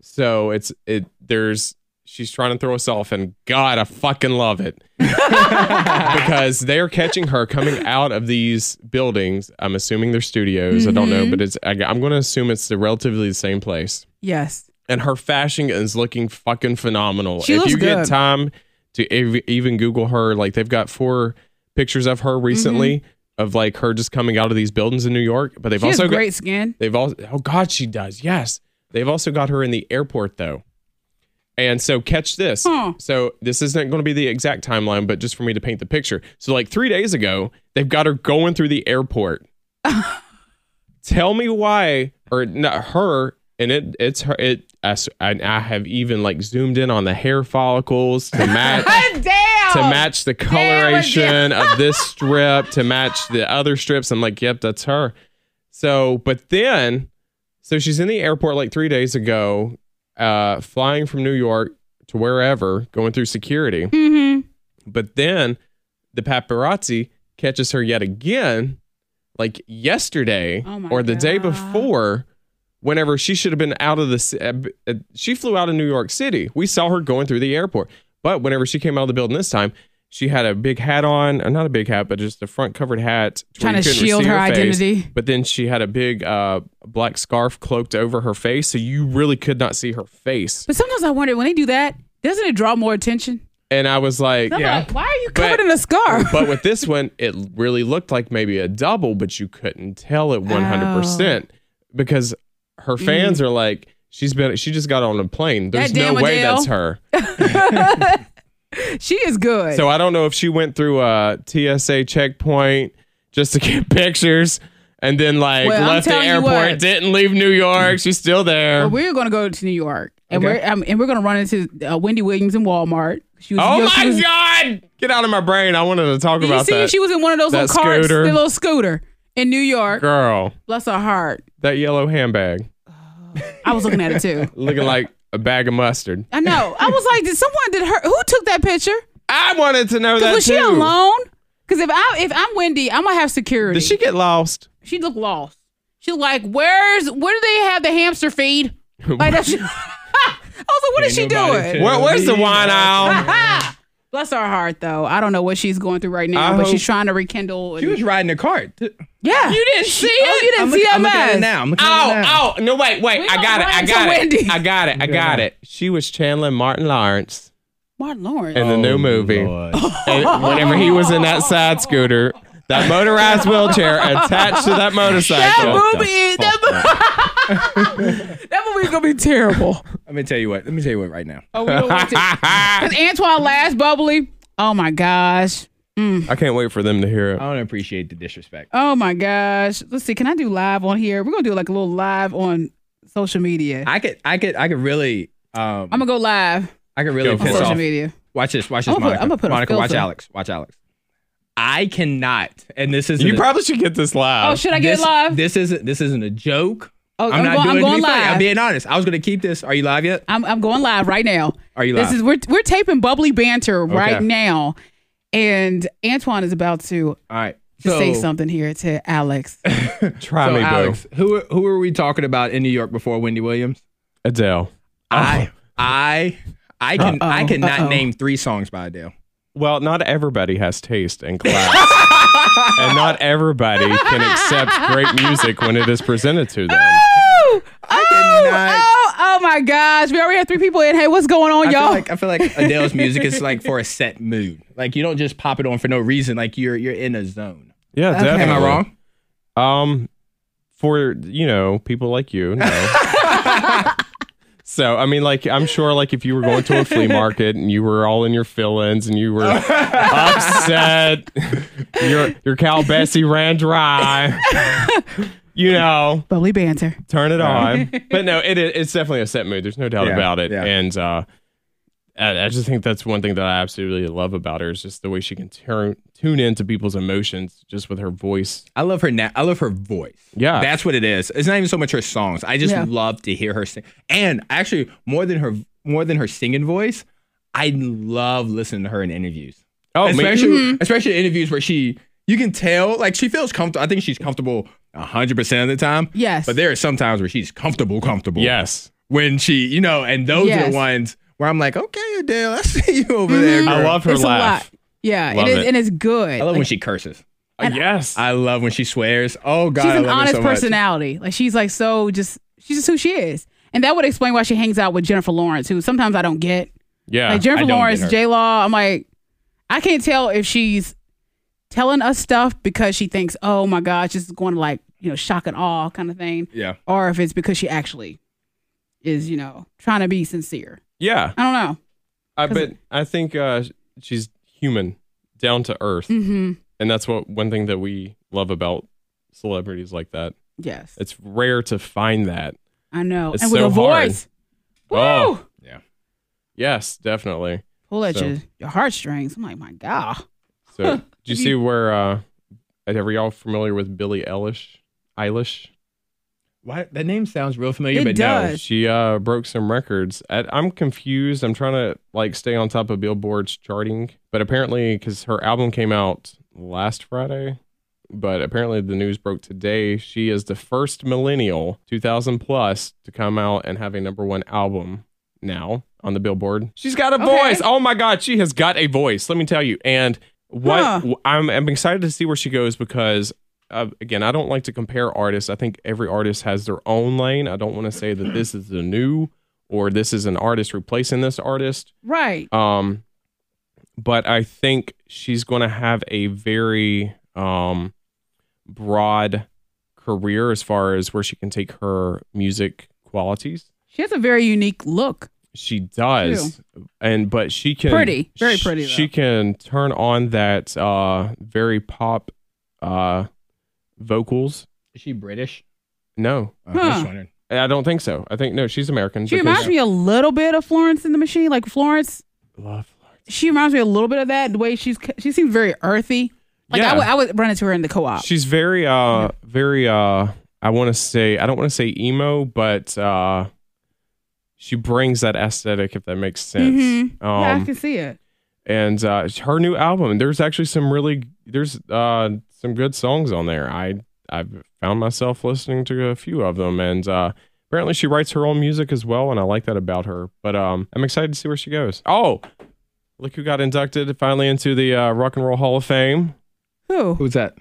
C: So it's it. There's she's trying to throw us off, and God, I fucking love it because they are catching her coming out of these buildings. I'm assuming they're studios. I don't
B: Mm-hmm.
C: know, but it's I, I'm going to assume it's the relatively the same place.
B: Yes,
C: and her fashion is looking fucking phenomenal.
B: She
C: if
B: looks
C: you
B: good.
C: get time to ev- even Google her, like they've got four pictures of her recently of like her just coming out of these buildings in New York, but they've
B: Mm-hmm. she has
C: also
B: great
C: got
B: skin.
C: they've also oh god she does yes they've also got her in the airport though. And so catch this.
B: Huh.
C: So this isn't going to be the exact timeline, but just for me to paint the picture. So like three days ago, they've got her going through the airport. Tell me why, or not her, and it it's her. It I, s- I- I have even like zoomed in on the hair follicles to match
B: Oh, Damn.
C: to match the coloration of this strip to match the other strips. I'm like, yep, that's her. So, but then, so she's in the airport like three days ago, uh, flying from New York to wherever, going through security.
B: Mm-hmm.
C: But then the paparazzi catches her yet again, like yesterday
B: Oh my
C: or the day
B: God.
C: before, whenever she should have been out of the. ci- uh, b- uh, She flew out of New York City. We saw her going through the airport. But whenever she came out of the building this time, she had a big hat on, uh, not a big hat, but just a front covered hat. to where
B: Trying
C: you
B: to
C: couldn't
B: shield
C: see
B: her
C: face.
B: identity.
C: But then she had a big uh, black scarf cloaked over her face, so you really could not see her face.
B: But sometimes I wonder when they do that, doesn't it draw more attention?
C: And I was like,
B: I'm
D: Yeah.
B: like, why are you
C: But-
B: covered in a scarf?
C: but with this one, it really looked like maybe a double, but you couldn't tell it
B: Oh.
C: 100% because her fans are like, she's been, she just got on a plane. There's
B: Mm-hmm. That
C: no
B: damn
C: way
B: Adele.
C: that's her.
B: she is good.
C: So I don't know if she went through a TSA checkpoint just to get pictures and then like
B: Well, I'm
C: left the
B: telling you
C: airport,
B: what.
C: didn't leave New York. She's still there.
B: But we're gonna go to New York, and
D: Okay.
B: we're um, and we're gonna run into uh, Wendy Williams in Walmart. She was,
C: oh
B: you know,
C: my
B: she was,
C: God. Get out of my brain. I wanted to talk
B: Did you
C: about
B: see
C: that.
B: she was in one of those
C: That
B: little cars,
C: scooter.
B: the little scooter in New York.
C: Girl,
B: Bless her heart.
C: that yellow handbag
B: I was looking at it too.
C: looking like a bag of mustard.
B: I know. I was like, did someone did her? Who took that picture?
C: I wanted to know
B: 'Cause
C: that
B: Was she
C: too.
B: alone? Because if I if I'm Wendy, I'm gonna have security.
C: Did she get lost?
B: She looked lost. She like, where's where do they have the hamster feed? Like that's. I was like, what is she
D: Ain't nobody
B: doing?
D: to-
C: Where, where's the wine aisle?
B: Ha! Bless our heart, though. I don't know what she's going through right now,
D: I
B: but
D: hope-
B: she's trying to rekindle.
D: She
B: And,
D: was riding a cart.
B: yeah,
C: You didn't see
B: Oh,
C: it?
B: you didn't
D: I'm
B: see
D: looking-
B: that
D: I'm looking at
B: mess.
D: it now. I'm looking at it now.
C: Oh, oh, no, wait, wait.
B: We
C: I
B: gonna
C: got it. I
B: run to
C: got it.
B: Wendy's.
C: I got it. I got
D: Yeah.
C: it. She was channeling Martin Lawrence
B: Martin Lawrence.
C: in the new movie.
D: Oh, Lord.
C: And whenever he was in that side scooter, that motorized wheelchair attached to that
B: that
C: motorcycle.
B: movie, is- that, mo- that movie is gonna be terrible.
D: Let me tell you what. Let me tell you what right now.
B: Oh, we don't want to. Cause Antoine last bubbly. Oh my gosh.
C: I can't wait for them to hear it.
D: I don't appreciate the disrespect.
B: Oh my gosh. Let's see. Can I do live on here? We're gonna do like a little live on social media.
D: I could, I could, I could really, um,
B: I'm gonna go live
D: I could
C: Go
D: really
C: for
B: on
D: piss
B: social
D: off.
B: media.
D: Watch this, watch this,
B: I'ma put-
D: Monica.
B: I'ma put a
D: Monica, watch
B: filter.
D: Alex, watch Alex. I cannot, and this is
C: You probably should get this live.
B: Oh, should I get
D: Uh, this,
B: it live?
D: This isn't, this isn't a joke.
B: Oh,
D: I'm,
B: I'm
D: not
B: going- I'm
D: doing it to
B: going
D: be funny.
B: live.
D: I'm being honest. I was gonna keep this. Are you live yet?
B: I'm, I'm going live right now.
D: Are you
B: This
D: live?
B: is we're we're taping bubbly banter right
D: Okay.
B: now, and Antoine is about to,
D: All right.
B: to
D: So,
B: say something here to Alex.
C: Try
D: so
C: me, boo.
D: Alex, who who were we talking about in New York before Wendy Williams?
C: Adele. Uh,
D: I, I, I can, I
B: Uh-oh,
D: cannot
B: uh-oh.
D: name three songs by Adele.
C: Well, not everybody has taste and class. and not everybody can accept great music when it is presented to them.
B: oh, oh,
D: cannot-
B: oh, oh my gosh! We already have three people in. Hey, what's going on,
D: I
B: y'all?
D: feel like I feel like Adele's music is like for a set mood. Like you don't just pop it on for no reason. Like you're you're in a zone.
C: Yeah, definitely.
D: Am I wrong?
C: Um, for you know people like you, no. so I mean, like I'm sure, like if you were going to a flea market and you were all in your fill-ins and you were upset, your your cow Bessie ran dry. You know,
B: bubbly banter.
C: turn it on. But no, it, it's definitely a set mood. There's no doubt
D: Yeah,
C: about it.
D: yeah.
C: And uh, I, I just think that's one thing that I absolutely love about her is just the way she can turn tune into people's emotions just with her voice.
D: I love her. Na- I love her voice.
C: Yeah.
D: that's what it is. It's not even so much her songs. I just
B: Yeah.
D: love to hear her sing. And actually, more than her more than her singing voice, I love listening to her in interviews.
C: Oh, man.
D: especially especially interviews where she you can tell like she feels comfortable. I think she's comfortable hundred percent of the time.
B: Yes.
D: but there are some times where she's comfortable, comfortable.
C: Yes.
D: when she, you know, and those are
B: Yes. Mm-hmm.
D: the ones where I'm like, okay, Adele, I see you over there.
C: I
D: girl."
C: love her
B: it's
C: laugh.
B: a lot. Yeah,
C: Love
B: it is,
C: it.
B: and it's good.
D: I love
B: Like,
D: when she curses.
C: Uh, yes.
D: I love when she swears. Oh God,
B: she's
D: I
B: an
D: love her
B: honest
D: so much.
B: personality. Like she's like so just she's just who she is, and that would explain why she hangs out with Jennifer Lawrence, who sometimes I don't get.
C: yeah.
B: Like Jennifer
D: I don't
B: Lawrence,
D: get her.
B: J Law, I'm like, I can't tell if she's telling us stuff because she thinks, oh my gosh, this is going to like, you know, shock and awe kind of thing.
D: Yeah.
B: Or if it's because she actually is, you know, trying to be sincere.
C: yeah.
B: I don't know.
C: I
B: 'Cause
C: but I think uh, she's human, down to earth,
B: Mm-hmm.
C: and that's what one thing that we love about celebrities like that.
B: Yes.
C: It's rare to find that.
B: I know.
C: it's
B: and with
C: so
B: a
C: hard.
B: voice.
C: Oh.
B: Woo!
C: Yes, definitely.
B: Pull at
C: So-
B: your, your heartstrings. I'm like, my God.
C: So, do you see where? Uh, are y'all familiar with Billie Eilish? Eilish.
D: Why that name sounds real familiar,
B: It
D: but
B: does.
C: She uh, broke some records. I, I'm confused. I'm trying to like stay on top of Billboard's charting, but apparently, because her album came out last Friday, but apparently the news broke today. She is the first millennial, 2000 plus, to come out and have a number one album now on the Billboard. She's got a
B: Okay.
C: voice. Oh my God, she has got a voice. Let me tell you. And what
B: Huh.
C: wh- I'm, I'm excited to see where she goes because uh, again, I don't like to compare artists. I think every artist has their own lane. I don't want to say that this is the new or this is an artist replacing this artist.
B: Right.
C: Um, but I think she's going to have a very um, broad career as far as where she can take her music qualities.
B: She has a very unique look.
C: She does, and but she can
B: Pretty. Very
C: sh-
B: pretty, though.
C: She can turn on that uh, very pop uh, vocals.
D: Is she British?
C: No,
D: Oh, I was
B: Huh.
D: wondering.
C: I don't think so. I think no, she's American.
B: She
C: because-
B: reminds me a little bit of Florence in the Machine. Like Florence
C: Love Florence.
B: she reminds me a little bit of that the way she's she seems very earthy like
C: Yeah.
B: I, would, I would run into her in the co-op
C: She's very uh very uh I want to say I don't want to say emo, but uh she brings that aesthetic if that makes sense.
B: Mhm.
C: Um
B: yeah i can see it
C: and uh her new album, there's actually some really there's uh some good songs on there. I I've found myself listening to a few of them and uh apparently she writes her own music as well and I like that about her. But um I'm excited to see where she goes. Oh, Look who got inducted finally into the uh, Rock and Roll Hall of Fame.
B: Who?
D: Who's that?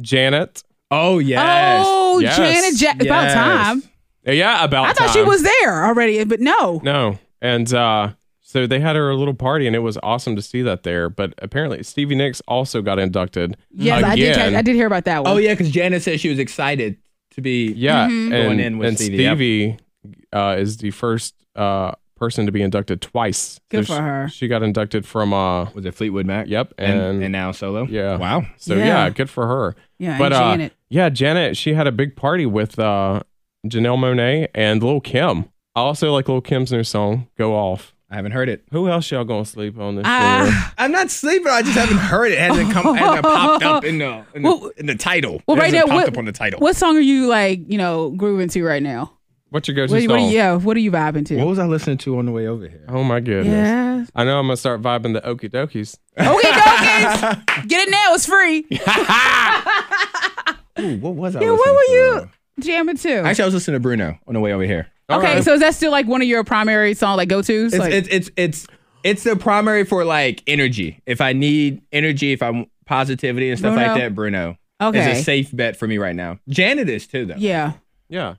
C: Janet.
D: Oh yes.
B: Oh,
C: Yes.
B: Janet Jack. About
D: Yes.
B: time.
C: Uh, Yeah, about
B: I thought she
C: time.
B: was there already, but no.
C: No. And uh, so they had her little party, and it was awesome to see that there. But apparently, Stevie Nicks also got inducted.
B: Yes,
C: again.
B: I did. catch- I did hear about that one.
D: Oh yeah, because Janice said she was excited to be.
C: Yeah,
B: Mm-hmm.
C: and,
D: Going in with
C: and
D: Stevie, yep.
C: Stevie uh, is the first uh, person to be inducted twice.
B: Good
C: So
B: for
C: she-
B: her.
C: She got inducted from. Uh,
D: Was it Fleetwood Mac?
C: Yep,
D: And
C: and-
D: and, now solo.
C: yeah.
D: Wow.
C: So
B: Yeah.
C: yeah. good for her.
B: Yeah, and
C: but
B: Janet.
C: Uh, yeah, Janet. She had a big party with uh, Janelle Monet and Lil Kim. I also like Lil Kim's new song "Go Off."
D: I haven't heard it.
C: Who else y'all gonna sleep on this?
B: Ah.
C: year?
D: I'm not sleeping. I just haven't heard it. It hasn't come. it hasn't popped up in the in the,
B: Well-
D: in the title.
B: Well,
D: it
B: right
D: hasn't
B: now,
D: popped
B: what,
D: up on the title.
B: what song are you like? You know, grooving to right now.
C: What's your go-to
B: What,
C: song?
B: what are,
D: um,
B: you- yeah, what are you vibing to?
D: What was I listening to on the way over here?
C: Oh my goodness.
B: Yes.
C: I know I'm gonna start vibing the okie dokies.
B: Okay, dokies. Get it now. It's free.
D: Ooh, what was I?
B: Yeah, what
D: listening
B: were
D: to?
B: you jamming to?
D: Actually, I was listening to Bruno on the way over here.
B: okay, so is that still like one of your primary song like go tos?
D: It's
B: Like,
D: it's it's it's it's the primary for like energy. If I need energy, if I'm positivity and stuff like
B: Bruno.
D: that, Bruno. Is
B: Okay.
D: a safe bet for me right now. Janet is too though.
B: yeah.
C: Yeah.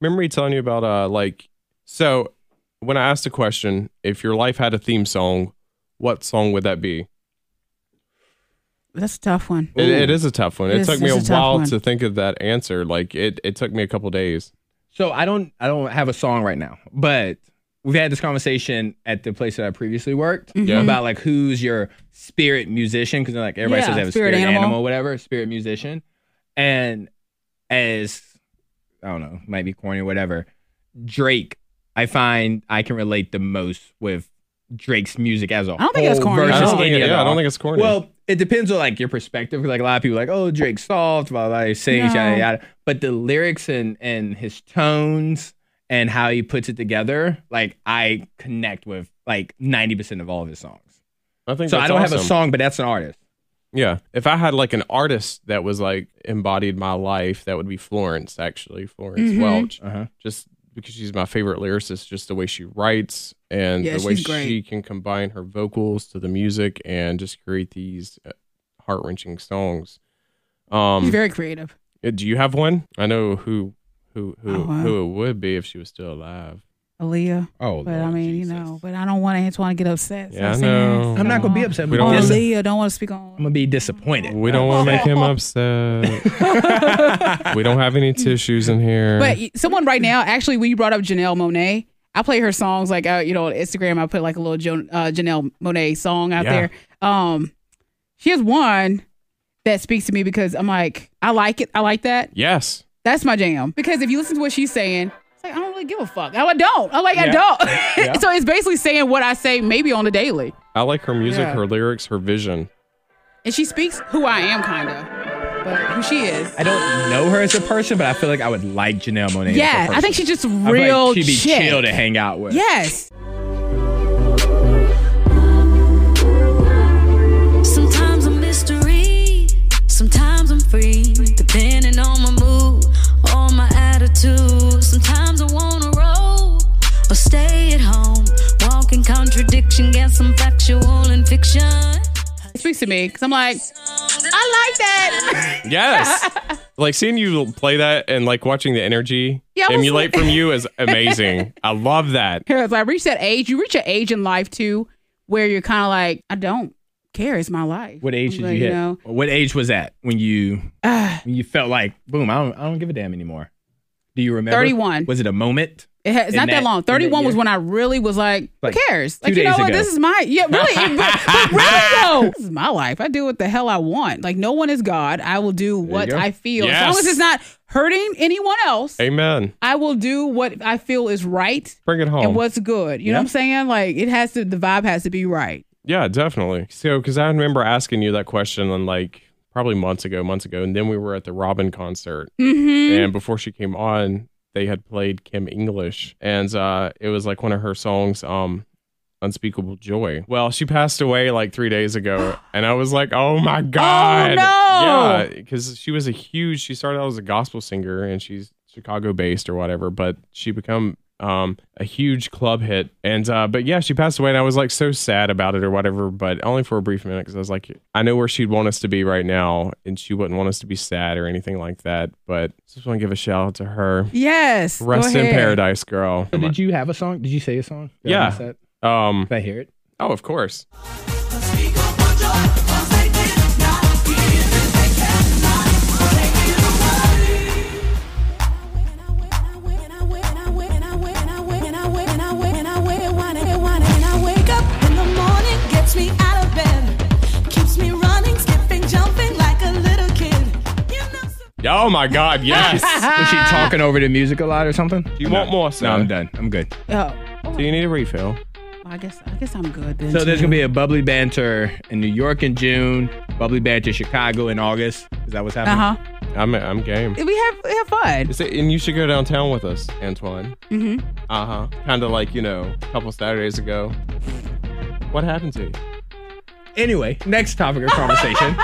C: Remember me telling you about uh like so when I asked a question, if your life had a theme song, what song would that be?
B: That's a tough one.
C: It, it is a tough one. It,
B: This
C: took me
B: is
C: a,
B: a tough
C: while
B: one.
C: to think of that answer. Like it, it took me a couple days.
D: So I don't I don't have a song right now, but we've had this conversation at the place that I previously worked
C: Yeah.
D: about like who's your spirit musician because like everybody
B: Yeah,
D: says they have a
B: spirit
D: spirit, animal.
B: animal.
D: whatever, spirit musician, and as I don't know, might be corny or whatever. Drake, I find I can relate the most with Drake's music as a
B: don't think
D: whole
B: that's corny at
D: versus
C: I don't,
B: all.
C: think,
D: any
C: it-
D: other
C: yeah, I don't
D: artist.
C: think it's corny.
D: Well, it depends on like your perspective. 'cause, Like a lot of people, are like, oh, Drake's soft, blah blah, blah sings,
B: No.
D: yada yada. But the lyrics and and his tones and how he puts it together, like I connect with like ninety percent of all of his songs.
C: I think
D: So
C: that's
D: I don't have a
C: awesome.
D: song, but that's an artist.
C: Yeah. If I had like an artist that was like embodied my life, that would be Florence, actually. Florence
B: Mhm.
C: Welch.
D: Uh-huh.
C: Just because she's my favorite lyricist, just the way she writes and
B: Yeah,
C: the way
B: she's great.
C: she can combine her vocals to the music and just create these heart wrenching songs. Um,
B: He's very creative.
C: do you have one? I know who who who,
B: Oh, wow.
C: who it would be if she was still alive.
B: Aaliyah.
D: Oh,
B: But I mean, you know, but I don't want Antoine to get upset.
C: Yeah, I
B: I'm
C: know.
D: I'm not gonna be upset.
C: We
D: but
C: don't
B: on
D: this-
C: wanna-
D: I'm
B: Aaliyah. Don't want to speak on.
D: gonna be disappointed.
C: We don't want to make him upset. we don't have any tissues in here.
B: But y- someone right now, actually, when you brought up Janelle Monet, I play her songs like uh, you know on Instagram. I put like a little jo- uh, Janelle Monet song out
C: Yeah.
B: there. Um, she has one that speaks to me because I'm like, I like it. I like that.
C: yes.
B: That's my jam. Because if you listen to what she's saying, it's like I don't really give a fuck. I don't. I like I don't.
D: Yeah.
B: so it's basically saying what I say maybe on the daily,
C: I like her music,
B: Yeah.
C: her lyrics, her vision.
B: and she speaks who I am, kind of, but who she is.
D: I don't know her as a person, but I feel like I would like Janelle Monae.
B: Yeah, I think she's just real
D: Like she'd be
B: chick.
D: chill to hang out with.
B: Yes.
I: Sometimes I'm mystery, sometimes I'm free, depending on my mood, on my attitude. Sometimes I wanna roll or stay at home, walk in contradiction, get some factual and fiction.
B: It speaks to me because I'm like, I like that.
C: Yes. like seeing you play that and like watching the energy
B: Yeah, I was
C: emulate
B: like-
C: from you is amazing. I love that.
B: Here, if I reach that age, you reach an age in life too where you're kind of like, I don't care. It's my life.
D: What age did
B: Like,
D: you hit?
B: know,
D: What age was that when you
B: ah,
D: when you felt like boom? I don't I don't give a damn anymore. Do you remember?
B: 31.
D: Was it a moment?
B: it ha- it's
D: In
B: not that,
D: that-
B: long.
D: in that
B: 31 was
D: year.
B: when I really was like,
D: Like,
B: who cares? Like,
D: two
B: you know
D: days
B: what?
D: ago.
B: This is my, yeah, really. but, but really, though, this is my life. I do what the hell I want. Like, no one is God. I will do what
D: go.
B: I feel. As
C: Yes.
B: long as it's not hurting anyone else,
C: Amen.
B: I will do what I feel is right
C: Bring it home.
B: and what's good. You know
D: Yeah.
B: what I'm saying? Like, it has to, the vibe has to be right.
C: yeah, definitely. So, because I remember asking you that question on like probably months ago, months ago, and then we were at the Robin concert,
B: Mm-hmm.
C: and before she came on, they had played Kim English, and uh, it was like one of her songs, um, "Unspeakable Joy." Well, she passed away like three days ago, and I was like, "Oh my god!"
B: no.
C: Yeah, because she was a huge. She started out as a gospel singer, and she's Chicago based or whatever, but she become um, a huge club hit. And uh, but yeah, she passed away, and I was like so sad about it or whatever, but only for a brief minute because I was like, I know where she'd want us to be right now, and she wouldn't want us to be sad or anything like that. But just want to give a shout out to her.
B: Yes.
C: Rest in paradise, girl.
D: Did you have a song? Did you say a song? Did I miss
C: yeah.
D: that?
C: Um,
D: Did I hear it?
C: oh, of course. Oh my God! Yes.
D: Was she talking over the music a lot or something?
C: Do you want more?
D: No,
C: Sir?
D: I'm done. I'm good.
B: Oh,
C: Do you need a refill?
B: I guess I guess I'm good then.
D: So there's
B: too.
D: gonna be a bubbly banter in New York in June, bubbly banter Chicago in August. Is that what's happening?
B: uh-huh.
C: I'm I'm game.
B: We have we have fun.
C: Is it, and you should go downtown with us, Antoine.
B: hmm
C: Uh huh. Kind of like you know, a couple Saturdays ago. What happened to you?
D: Anyway, next topic of conversation.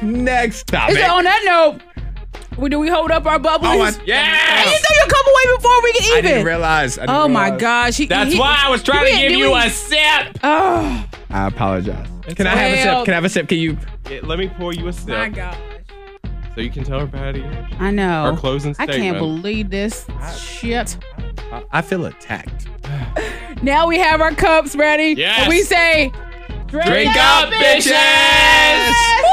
D: next topic.
B: So on that note, we, do we hold up our bubbles?
D: Oh, I-
C: Yeah.
B: you threw your cup away before we
D: I
B: could
D: didn't
B: even.
D: realize. I didn't
B: oh my
D: realize.
B: gosh. He-
C: That's
B: he-
C: why I was trying to
B: didn't
C: give
B: do
C: you a
B: it.
C: sip.
B: Oh
D: I apologize. Can I have a
B: Well-
D: sip? Can I have a sip? Can you?
C: Yeah, let me pour you a sip
B: my gosh.
C: so you can tell her, Patty.
B: I know.
C: Our closing
B: Oh, I can't
C: statement.
B: believe this shit.
D: I- I feel attacked.
B: Now we have our cups ready.
C: Yes.
B: And we say,
C: Drink up, bitches!
B: bitches!